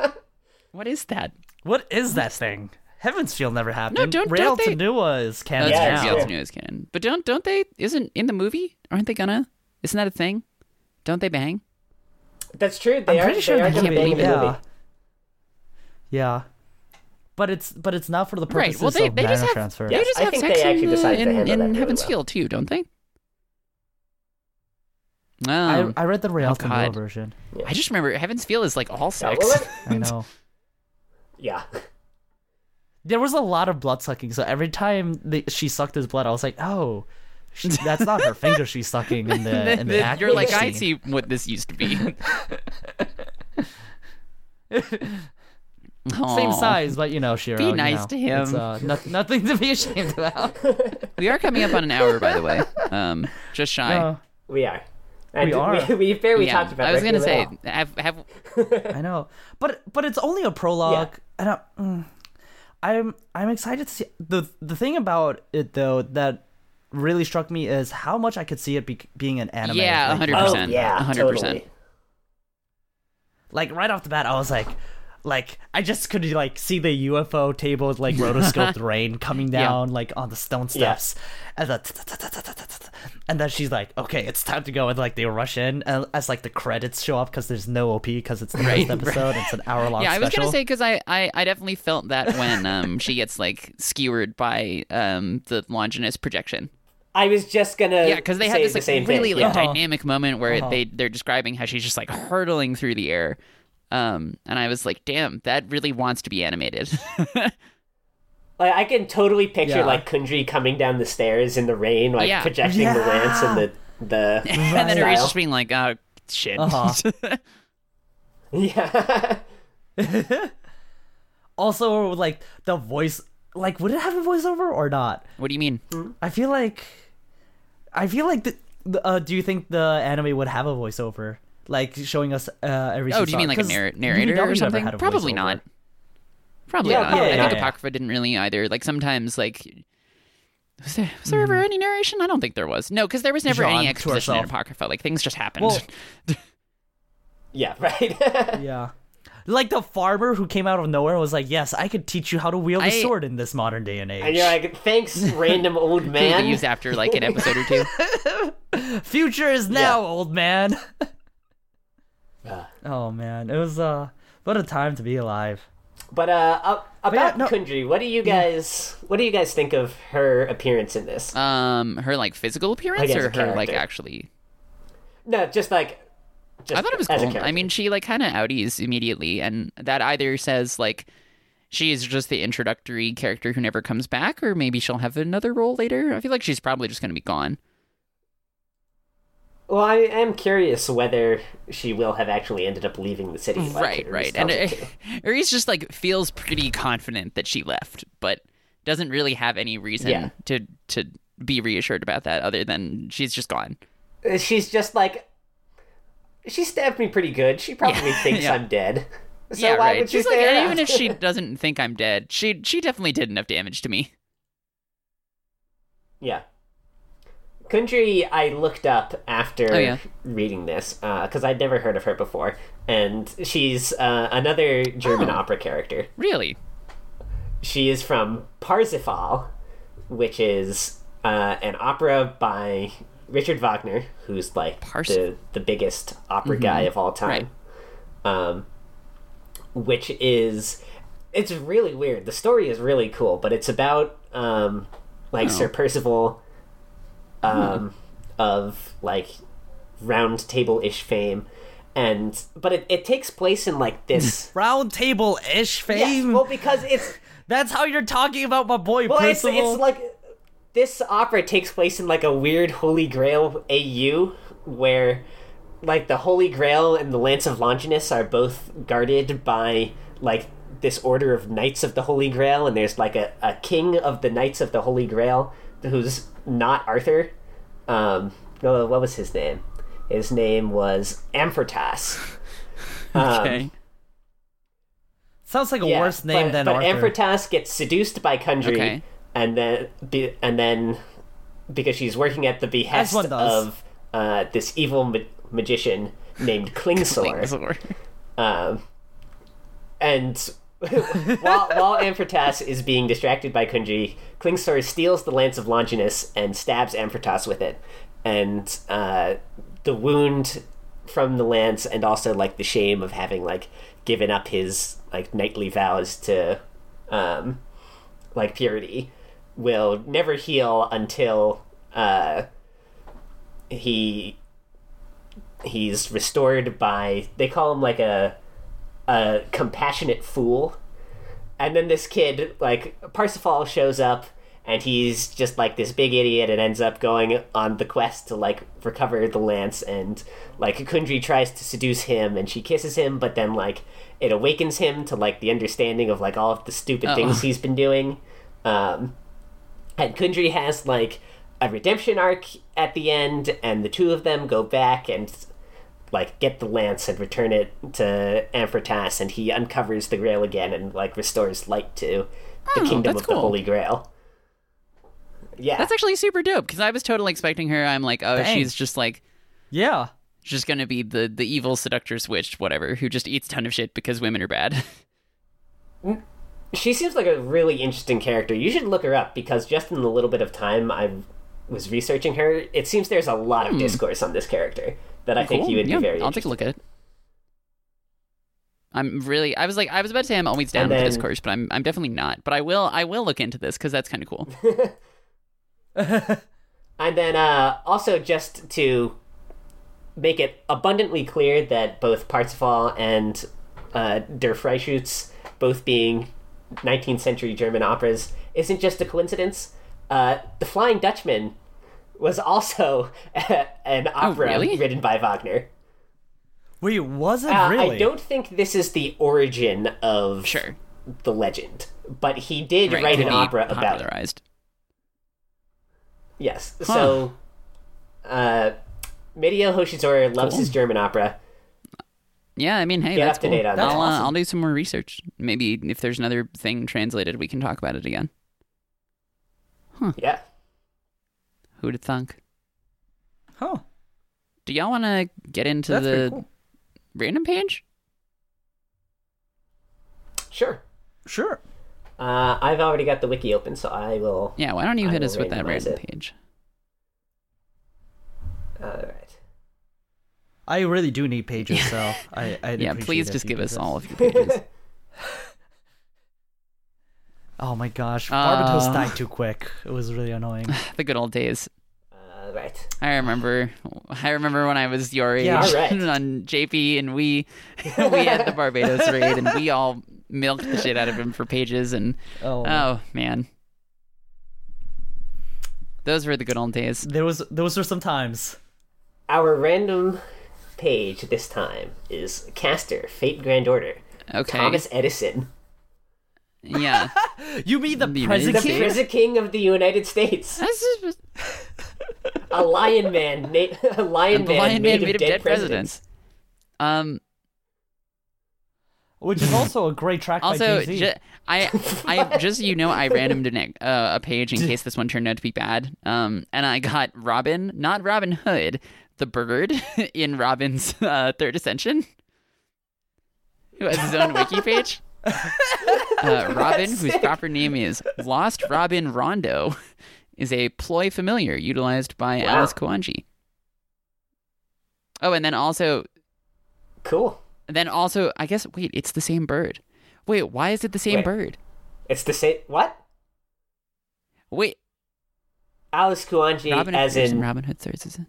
what is that?" What is that thing? Heaven's Feel never happened. don't- Rail don't they- to Nua is canon. Yeah, That's it's true. true. Yeltsin is canon. But don't don't they? Isn't in the movie? Aren't they gonna? Isn't that a thing? Don't they bang? That's true. They I'm are. pretty sure they are that gonna can't bang believe the yeah. movie. Yeah. But it's but it's not for the Right. purposes Well, they of they just nano have transfer. they Yes, just I have think sex they actually in, uh, decided to in, handle in that really Heaven's well. Feel too, don't they? No, I, I, I read the Rail to Nua Oh, God. version. just remember Heaven's Feel is like all Yeah, sex. well, let- I know. yeah. there was a lot of blood sucking. So every time they, she sucked his blood, I was like, oh, she, that's not her finger she's sucking in the in the, Then act You're like, I scene." see what this used to be. Same Aw. size, but you know, Shiro. Be you nice know, to him. It's, uh, no- nothing to be ashamed about. We are coming up on an hour, by the way. Um, just shy. No, We are. And We are. We, we barely yeah, talked about. I was Requiem gonna say, at all. have have Oh. I know, but but it's only a prologue, and I, mm, I'm I'm excited to see the the thing about it though that really struck me is how much I could see it be, being an anime. yeah, like, hundred Oh percent, yeah, hundred percent. totally. like right off the bat, I was like, like I just could like see the UFO table with like rotoscoped rain coming down like on the stone steps, and then and then she's like, "Okay, it's time to go," and like they rush in and as like the credits show up because there's no op because it's the first episode. It's an hour long. Yeah, I was special. gonna say because I, I I definitely felt that when um she gets like skewered by um the Longinus projection. I was just gonna Yeah, because they had say this the like Uh, same thing. really like Yeah. Uh-huh. dynamic moment where they they're describing how she's just like hurtling through the air. Um, and I was like, damn, that really wants to be animated. Like, I can totally picture Yeah. like Kundry coming down the stairs in the rain, like Yeah. projecting the lance and the the and then her style. just being like, oh shit. Uh-huh. yeah. also like the voice like would it have a voiceover or not? what do you mean? I feel like, I feel like the, the uh, do you think the anime would have a voiceover like showing us uh, every? Oh, she do you mean saw? like a 'Cause narr- narrator or UW never something? had a Probably voiceover. not. Probably Yeah, not. probably I not. think Apocrypha didn't really either. Like sometimes, like was there was there ever Hmm. any narration? I don't think there was. No, because there was never Drawn any to exposition in herself. Apocrypha. Like things just happened. Well- Yeah, right. Yeah. Like the farmer who came out of nowhere and was like, "Yes, I could teach you how to wield I- a sword in this modern day and age." and you're like, thanks, random old man. used after like an episode or two. Future is now, Yeah. old man. Ah. oh man, it was uh, what a time to be alive. But uh, uh about yeah, no- Kundry, what do Mm. you guys what do you guys think of her appearance in this? Um, her like physical appearance Like, as or a her like character. actually. no, just like just I thought it was as a cool. character. I mean, she like kind of outies immediately, and that either says like she is just the introductory character who never comes back, or maybe she'll have another role later. I feel like she's probably just going to be gone. well, I am curious whether she will have actually ended up leaving the city. like right it right was and told uh, Aries just like feels pretty confident that she left but doesn't really have any reason Yeah. to to be reassured about that other than she's just gone to. Uh, she's just like she stabbed me pretty good. She probably thinks Yeah. I'm dead. So yeah why right would she she's stay like around? and even if she doesn't think i'm dead she she definitely did enough damage to me Yeah. Kundry, I looked up after Oh, yeah. reading this because I'd never heard of her before, and she's uh, another German Oh. opera character. really She is from Parsifal, which is uh, an opera by Richard Wagner, who's like Parsif- the the biggest opera guy of all time. Um, which is it's really weird. The story is really cool, but it's about um, like Sir Percival um, of like round table ish fame. And but it, it takes place in like this Round table ish Yes, fame. well because it's That's how you're talking about my boy Well, it's, Percival. it's like this opera takes place in like a weird Holy Grail AU where like the Holy Grail and the Lance of Longinus are both guarded by like this order of Knights of the Holy Grail, and there's like a, a king of the Knights of the Holy Grail who's not Arthur. Um, no, what was his name? His name was Amphortas. Um, okay Sounds like a yeah, worse name but, than but Arthur. Amphortas gets seduced by Kundry, Okay. and then be, and then because she's working at the behest one does. of uh, this evil ma- magician named Klingsor, Sorry. um, and while while Amphortas is being distracted by Kundry, Klingsor steals the lance of Longinus and stabs Amphortas with it, and uh, the wound from the lance and also like the shame of having like given up his like knightly vows to um like purity will never heal until uh he he's restored by they call him like a a compassionate fool and then this kid like parsifal shows up and he's just like this big idiot and ends up going on the quest to like recover the lance and like kundri tries to seduce him and she kisses him but then like it awakens him to like the understanding of like all of the stupid things he's been doing um and Kundry has like a redemption arc at the end, and the two of them go back and like get the lance and return it to Amphortas, and he uncovers the Grail again and like restores light to the Oh, kingdom that's of the cool. Holy Grail. Yeah, that's actually super dope because i was totally expecting her i'm like oh Dang. she's just like Yeah. just gonna be the the evil seductress witch whatever who just eats ton of shit because women are bad she seems like a really interesting character. You should look her up because just in the little bit of time I was researching her, it seems there's a lot of discourse on this character that I think Hmm. Oh, Cool. you would yeah, be very. I'll take a look at it. I'm really. I was like, I was about to say I'm always down And with then- discourse, but I'm. I'm definitely not. But I will. I will look into this because that's kind of cool. And then uh, also just to make it abundantly clear that both Parsifal and uh, Der Freischütz, both being 19th century German operas, isn't just a coincidence. Uh, the Flying Dutchman was also an opera Oh, really? written by Wagner. Wait, was it Uh, really? I don't think this is the origin of Sure. the legend, but he did Right, write to an be opera about it. popularized. Yes. So, uh, Midio Hoshizora loves his German opera. Yeah, I mean, hey, Get that's up to cool. date on that. I'll, uh, Awesome. I'll do some more research. Maybe if there's another thing translated, we can talk about it again. Yeah. Who'd have thunk? Huh. Do y'all want to get into That's the pretty cool. random page? Sure. Sure. Uh, I've already got the wiki open, so I will. Yeah, why don't you I hit will us with that randomize random it. page? uh, All right. I really do need pages, so I. I'd Yeah, appreciate please if just you give did us this. all of your pages. Oh my gosh, Uh. Barbatos died too quick. It was really annoying. the good old days. Uh, All right. I remember. I remember when I was your age Yeah, alright. on JP, and we we had the Barbados raid, and we all milked the shit out of him for pages. And Oh, oh man, those were the good old days. there was those were some times. Our random page this time is Castor, Fate Grand Order, Okay, Thomas Edison, yeah, You mean the You mean present the King? prison king of the United States, That's just- a lion man, na- a lion, the man, made, Lion Man of made of dead, dead presidents. Um. which is also a great track Also, by Jay-Z. ju- I, I just so you know, I randomed an, e- uh, a page in case this one turned out to be bad. Um, and I got Robin, not Robin Hood, the bird in Robin's uh, Third Ascension, who has his own wiki page. Uh, Robin, whose proper name is Lost Robin Rondo, is a ploy familiar utilized by Wow. Alice Kwanji. Oh, and then also Cool. then also, I guess wait, it's the same bird. Wait, why is it the same Wait. bird? It's the same. What? Wait, Alice Kuanji Robin as appears in Robin Hood Thirds is it?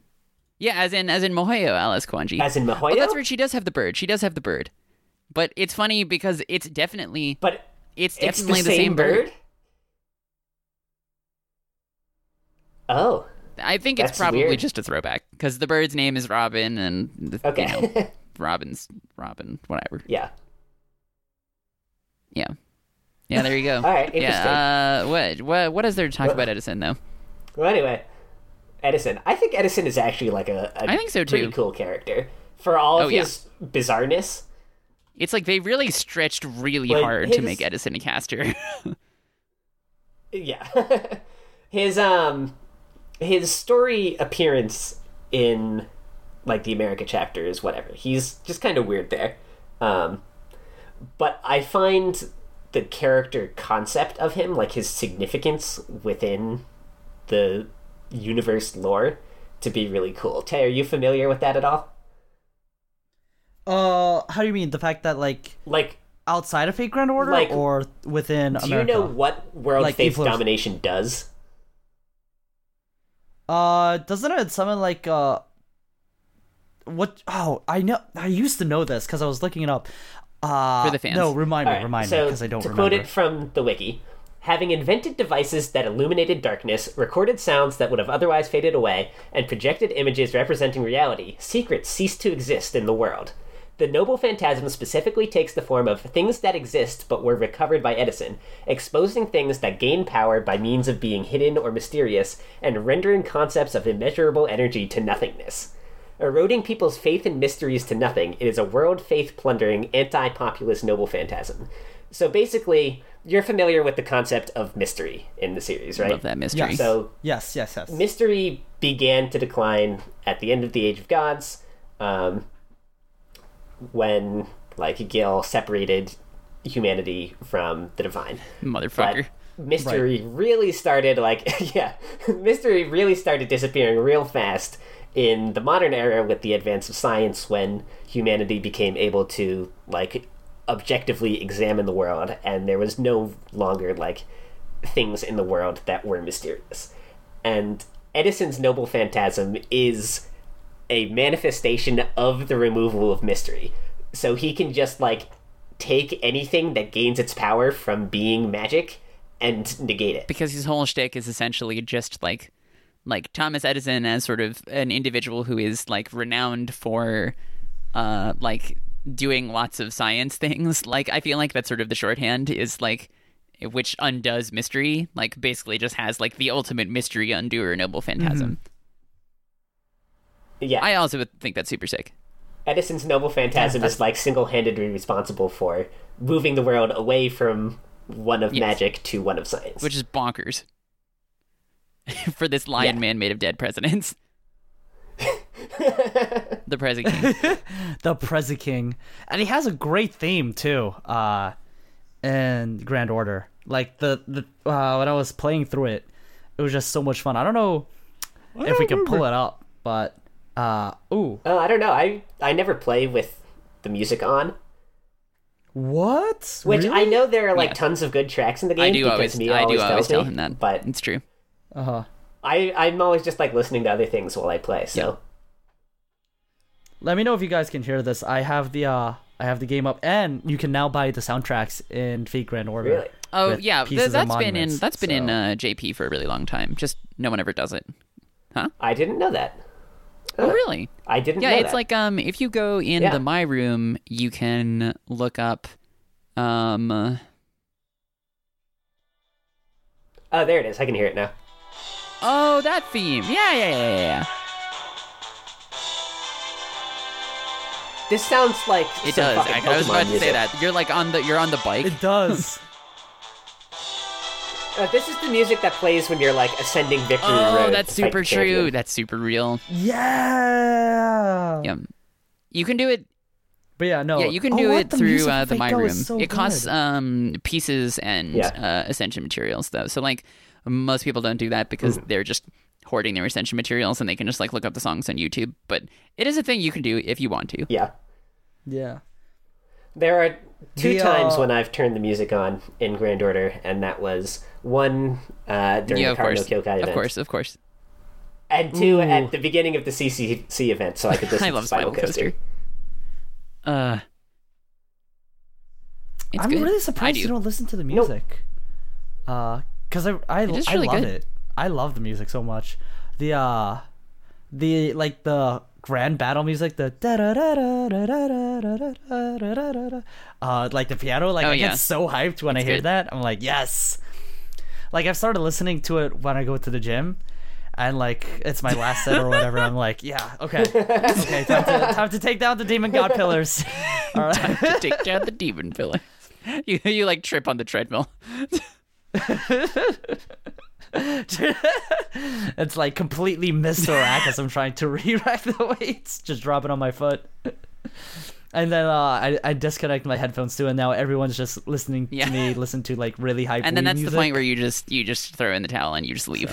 Yeah, as in as in Mohoyo Alice Kwanji. as in Mahoyo, oh, that's right. She does have the bird. She does have the bird. But it's funny because it's definitely but it's it's the definitely same, the, same bird. Oh, I think it's That's probably weird. just a throwback because the bird's name is Robin and the, okay, you know, Robin's Robin, whatever. yeah. Yeah, yeah. There you go. All right, interesting. yeah. Uh, what what what is there to talk Well- about Edison though? Well, anyway, Edison. I think Edison is actually like a, a I think so, pretty too. cool character for all Oh, of yeah. his bizarreness. It's like they really stretched really Like, hard to his- make Edison a caster. Yeah, his um, his story appearance in like the America chapter is whatever. He's just kind of weird there, um, but I find the character concept of him, like his significance within the universe lore, to be really cool. Tay, are you familiar with that at all? Uh, how do you mean the fact that like Like, outside of Fate Grand Order Like, or within do America? you know what world Like faith Influence- domination does? Uh, doesn't it summon like uh, what? Oh, I know. I used to know this because I was looking it up. Uh, For the fans. No, remind me, All right, remind me, so because I don't to remember. quote it from the wiki, having invented devices that illuminated darkness, recorded sounds that would have otherwise faded away, and projected images representing reality, secrets cease to exist in the world. The noble phantasm specifically takes the form of things that exist but were recovered by Edison, exposing things that gain power by means of being hidden or mysterious, and rendering concepts of immeasurable energy to nothingness. Eroding people's faith in mysteries to nothing, it is a world faith plundering, anti populist noble phantasm. So basically, you're familiar with the concept of mystery in the series, right? Love that mystery. yes. So- yes, yes, yes. Mystery began to decline at the end of the Age of Gods, um, when like Gil separated humanity from the divine. motherfucker. But mystery really started like yeah, mystery really started disappearing real fast in the modern era with the advance of science when humanity became able to like objectively examine the world and there was no longer like things in the world that were mysterious. And Edison's noble phantasm is a manifestation of the removal of mystery. So he can just like take anything that gains its power from being magic and negate it. because his whole shtick is essentially just like like Thomas Edison as sort of an individual who is like renowned for uh like doing lots of science things. Like I feel like that's sort of the shorthand is like which undoes mystery, like basically just has like the ultimate mystery undoer noble phantasm. Mm-hmm. Yeah. I also would think that's super sick. Edison's noble phantasm is like single handedly responsible for moving the world away from one of Yes. magic to one of science. Which is bonkers. for this lion Yeah. man made of dead presidents. the president king. the Prezi King, and he has a great theme too. Uh, in Grand Order, like the the uh, when I was playing through it, it was just so much fun. I don't know if we can pull it up, but uh, ooh, Oh, I don't know. I I never play with the music on. what? Which I know there are like Yeah. tons of good tracks in the game. I do because always, Mia I do always always tells tell me, him that. But it's true. uh huh. I I'm always just like listening to other things while I play. So Let me know if you guys can hear this. I have the uh, I have the game up, and you can now buy the soundtracks in Fate Grand Order. Really? Oh with yeah, pieces th- and that's been in monuments, that's been in so- uh, JP for a really long time. Just no one ever does it. I didn't know that. Oh really? Uh, I didn't. Yeah, know it's that. like um, if you go in Yeah. the my room, you can look up um, uh, oh, there it is. I can hear it now. oh that theme. Yeah, yeah, yeah, yeah, yeah. This sounds like It some does. fucking I, I was Pokemon about to music. say that. You're like on the you're on the bike. It does. Uh, this is the music that plays when you're like ascending victory road. oh, to that's fight super the true. champion. That's super real. yeah. Yeah. You can do it But yeah, no. Yeah, you can Oh, do what? it The through music uh, for the Fate My Go Room. is so it costs good. um, pieces and Yeah. uh, ascension materials though, so like most people don't do that because Mm-hmm. they're just hoarding their ascension materials and they can just like look up the songs on YouTube. But it is a thing you can do if you want to. Yeah, yeah. there are two The, times uh, when I've turned the music on in grand order, and that was one uh, during Yeah, the of Cardinal course, Kyokai event, of course, of course. and two at the beginning of the CCC event, so I could listen I to love Spinal Coaster. Uh, it's I'm good. really I surprised do. you don't listen to the music. Uh 'cause Uh, cause I I, is I really love good. it. I love the music so much. The uh, the like the grand battle music, the da da da da da da da da da da da da da. Uh, like the piano, like Oh, I yeah. get so hyped when I hear good. that. I'm like, yes. Like I've started listening to it when I go to the gym. And like it's my last set or whatever. I'm like, yeah, okay, okay, time to, time to take down the demon god pillars. All right. to take down the demon villain. You you like trip on the treadmill. It's like completely missed the rack as I'm trying to re-rack the weights, just drop it on my foot. And then uh, I, I disconnect my headphones too, and now everyone's just listening Yeah. to me listen to like really hype. And then Wii that's music. the point where you just you just throw in the towel and you just leave.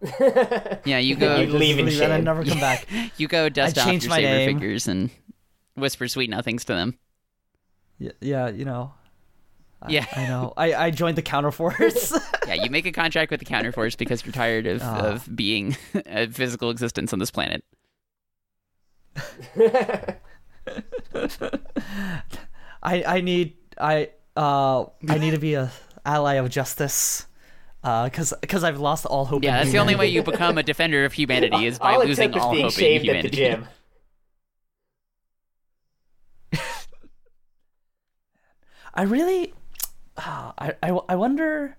yeah, you go You I just leave in and I shame. never come back. You go dust off your changed my saber name. figures and whisper sweet nothings to them. Y- yeah, you know. I- Yeah. I know. I, I joined the counterforce. Yeah, you make a contract with the counterforce because you're tired of, Ah. of being a physical existence on this planet. I I need I uh I need to be a ally of justice, because because I've lost all hope. in Yeah, that's the only humanity. way you become a defender of humanity is by all it losing took was all being hope in shaved at humanity. the gym. I really, Ah, I, I, I wonder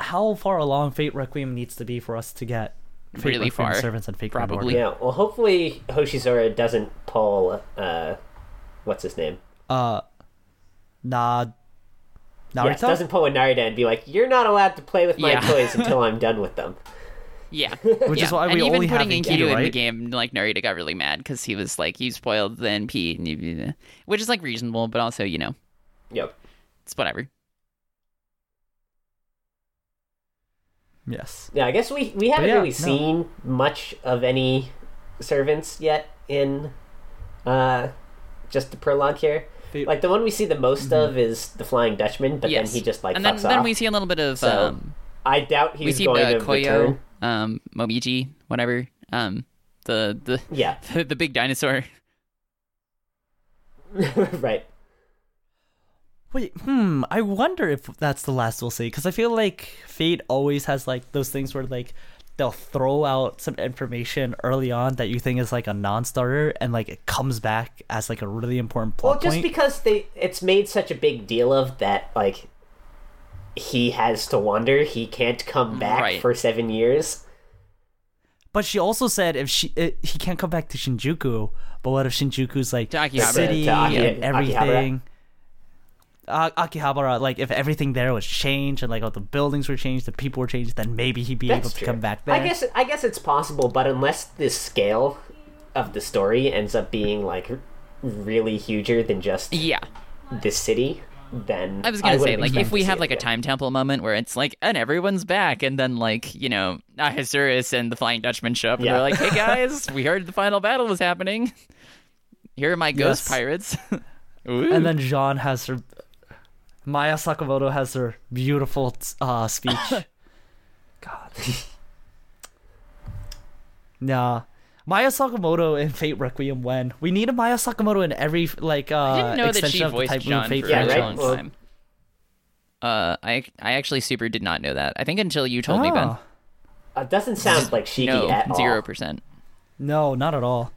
how far along Fate Requiem needs to be for us to get Fate Really Requiem far, Servants and Fate Grand probably. Order. Yeah. Well, hopefully Hoshizora doesn't pull. Uh, what's his name? Uh, nah, Naruto. Yes, doesn't pull a Narita and be like, "You're not allowed to play with my Yeah. toys until I'm done with them." Yeah, Which is Yeah. why we and even only putting have Enkidu Enkidu, in the right? game, like Narita got really mad because he was like, "You spoiled the NP," and you, which is like reasonable, but also you know, Yep. it's whatever. Yes. Yeah, I guess we we Oh, haven't yeah, really no. seen much of any servants yet in uh just the prologue here. The- like the one we see the most of is the Flying Dutchman, but Mm-hmm. yes, then he just like and then, fucks then off. we see a little bit of So, um, I doubt we he's see going the to Koyo, return. um, Momiji, whatever, um, the the Yeah, the, the big dinosaur. right. Wait, hmm. I wonder if that's the last we'll see because I feel like Fate always has like those things where like they'll throw out some information early on that you think is like a non-starter and like it comes back as like a really important Well, plot just point. because they it's made such a big deal of that, like he has to wander. He can't come back Right. for seven years. but she also said if she it, he can't come back to Shinjuku, but what if Shinjuku's like To the Akihabara. city To Aki- and Akihabara. everything? Uh, Akihabara, like if everything there was changed and like all the buildings were changed, the people were changed, then maybe he'd be That's able to true. come back there. I guess I guess it's possible, but unless the scale of the story ends up being like really huger than just Yeah, this city, then I was gonna say wouldn't like expect if to we see have it like a again. time temple moment where it's like and everyone's back, and then like you know Ahasuerus and the Flying Dutchman show up, and Yeah. they're like, "Hey guys, we heard the final battle was happening. Here are my ghost Yes. pirates." and then Jean has her. Maya Sakamoto has her beautiful t- uh, speech. God. nah. Maya Sakamoto in Fate Requiem when we need a Maya Sakamoto in every like uh I didn't know that extension she of the voiced Type Moon John Fate for Yeah, a right? franchise. long Well- time. Uh, I I actually super did not know that. I think until you told me, Ben. Ah, Uh, It doesn't sound like Shiki E at No, all. zero percent. no, not at all.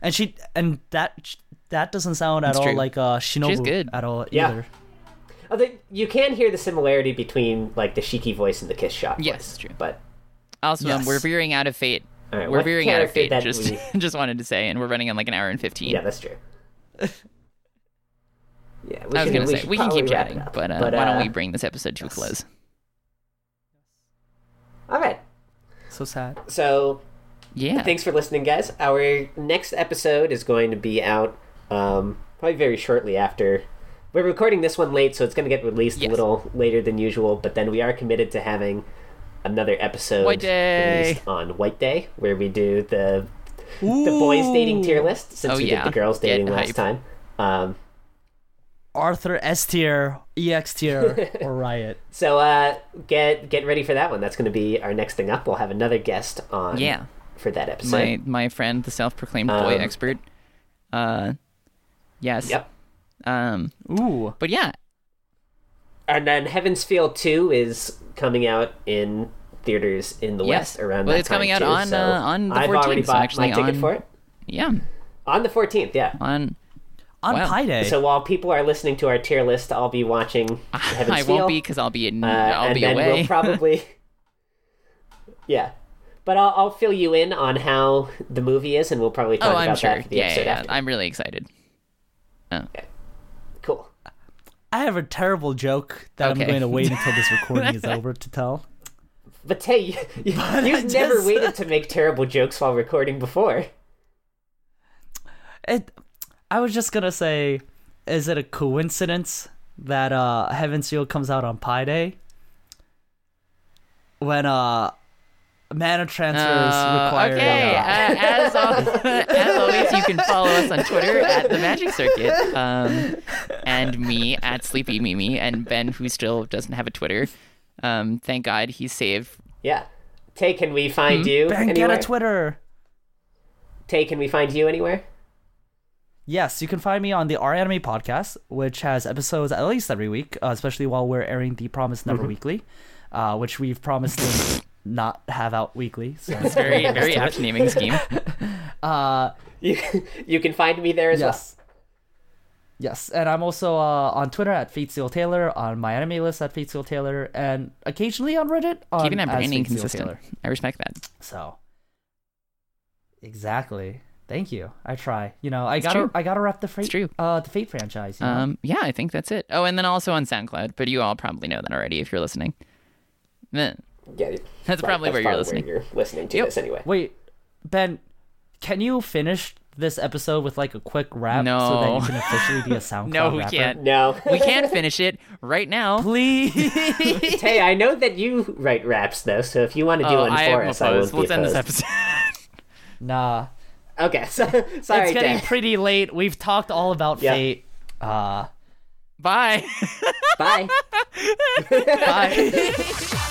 And she and that that doesn't sound at It's all true. like uh Shinobu good. at all Yeah. either. Although you can hear the similarity between like the Shiki voice and the Kiss Shot. Yes, voice, true. But Also, um, Yes. we're veering out of fate. All right, we're what veering out of character fate. that Just just wanted to say, and we're running on like an hour and fifteen. yeah, that's true. Yeah, we I was should- gonna we say should we can keep probably wrap it chatting, up. but, uh, why uh, don't we bring this episode to a close? All right. So sad. So Yeah. thanks for listening, guys. Our next episode is going to be out um, probably very shortly after. We're recording this one late, so it's going to get released Yes. a little later than usual. But then we are committed to having another episode White Day. released on White Day, where we do the the boys dating tier list since Oh, we yeah. did the girls Get dating last hype. time. Um, Arthur S tier, EX tier, or Riot. so uh, get get ready for that one. That's going to be our next thing up. We'll have another guest on Yeah. for that episode. my my friend, the self-proclaimed boy Um, expert. Uh, yes. Yep. Um, Ooh. but yeah, And then Heaven's Feel 2 is coming out in theaters in the Yeah. West around Well, that it's coming time, out too, on, so uh, on the I've 14th, already so bought actually my ticket on- for it. yeah, On the 14th, yeah. on On Wow. Pi Day. So while people are listening to our tier list, I'll be watching Heaven's I Feel. won't be because I'll be in, uh, I'll and be then away. we'll probably... yeah. But I'll, I'll fill you in on how the movie is, and we'll probably talk oh, about I'm sure. that for the Yeah, yeah, episode yeah. after. I'm really excited. Cool. I have a terrible joke that Okay. I'm going to wait until this recording is over to tell. But hey, you, you, I you've never just- waited to make terrible jokes while recording before. It, I was just gonna say, is it a coincidence that uh Heaven's Seal comes out on Pi Day? When uh mana transfers Uh, required. okay, uh, as, al- as always, you can follow us on Twitter at the Magic Circuit, um, and me at Sleepy Mimi, and Ben, who still doesn't have a Twitter. Um, thank God he's saved. Yeah. Tay, can we find Hmm? you Ben, get anywhere? a Twitter. Tay, can we find you anywhere? Yes, you can find me on the R Anime podcast, which has episodes at least every week, uh, especially while we're airing the Promise Mm-hmm. Never Weekly, uh, which we've promised to not have out weekly. So. It's very, very apt naming scheme. You, you can find me there as yes. Yes, and I'm also uh, on Twitter at FateSealTaylor, Taylor, on my anime list at FateSealTaylor, Taylor, and occasionally on Reddit on Keeping that as branding Fate Seal consistent. Taylor. I respect that. So, exactly. Thank you. I try. You know, I It's gotta, true. I gotta wrap the Fate, true. uh, the Fate franchise. You know? Um, yeah, I think that's it. Oh, and then also on SoundCloud, but you all probably know that already if you're listening. Eh, Yeah, right, That's probably where you're listening. you're listening to Yep. this anyway. Wait, Ben, can you finish this episode with like a quick rap so that No. you can officially be a SoundCloud No, we rapper? can't. No, We can finish it right now. Please. hey, I know that you write raps though, so if you want to do Oh, one I for am us, I won't opposed. be Let's end this opposed. episode. nah. Okay, so, sorry, it's getting Dan. pretty late. We've talked all about Yeah. fate. Uh, Bye. Bye. bye. Bye.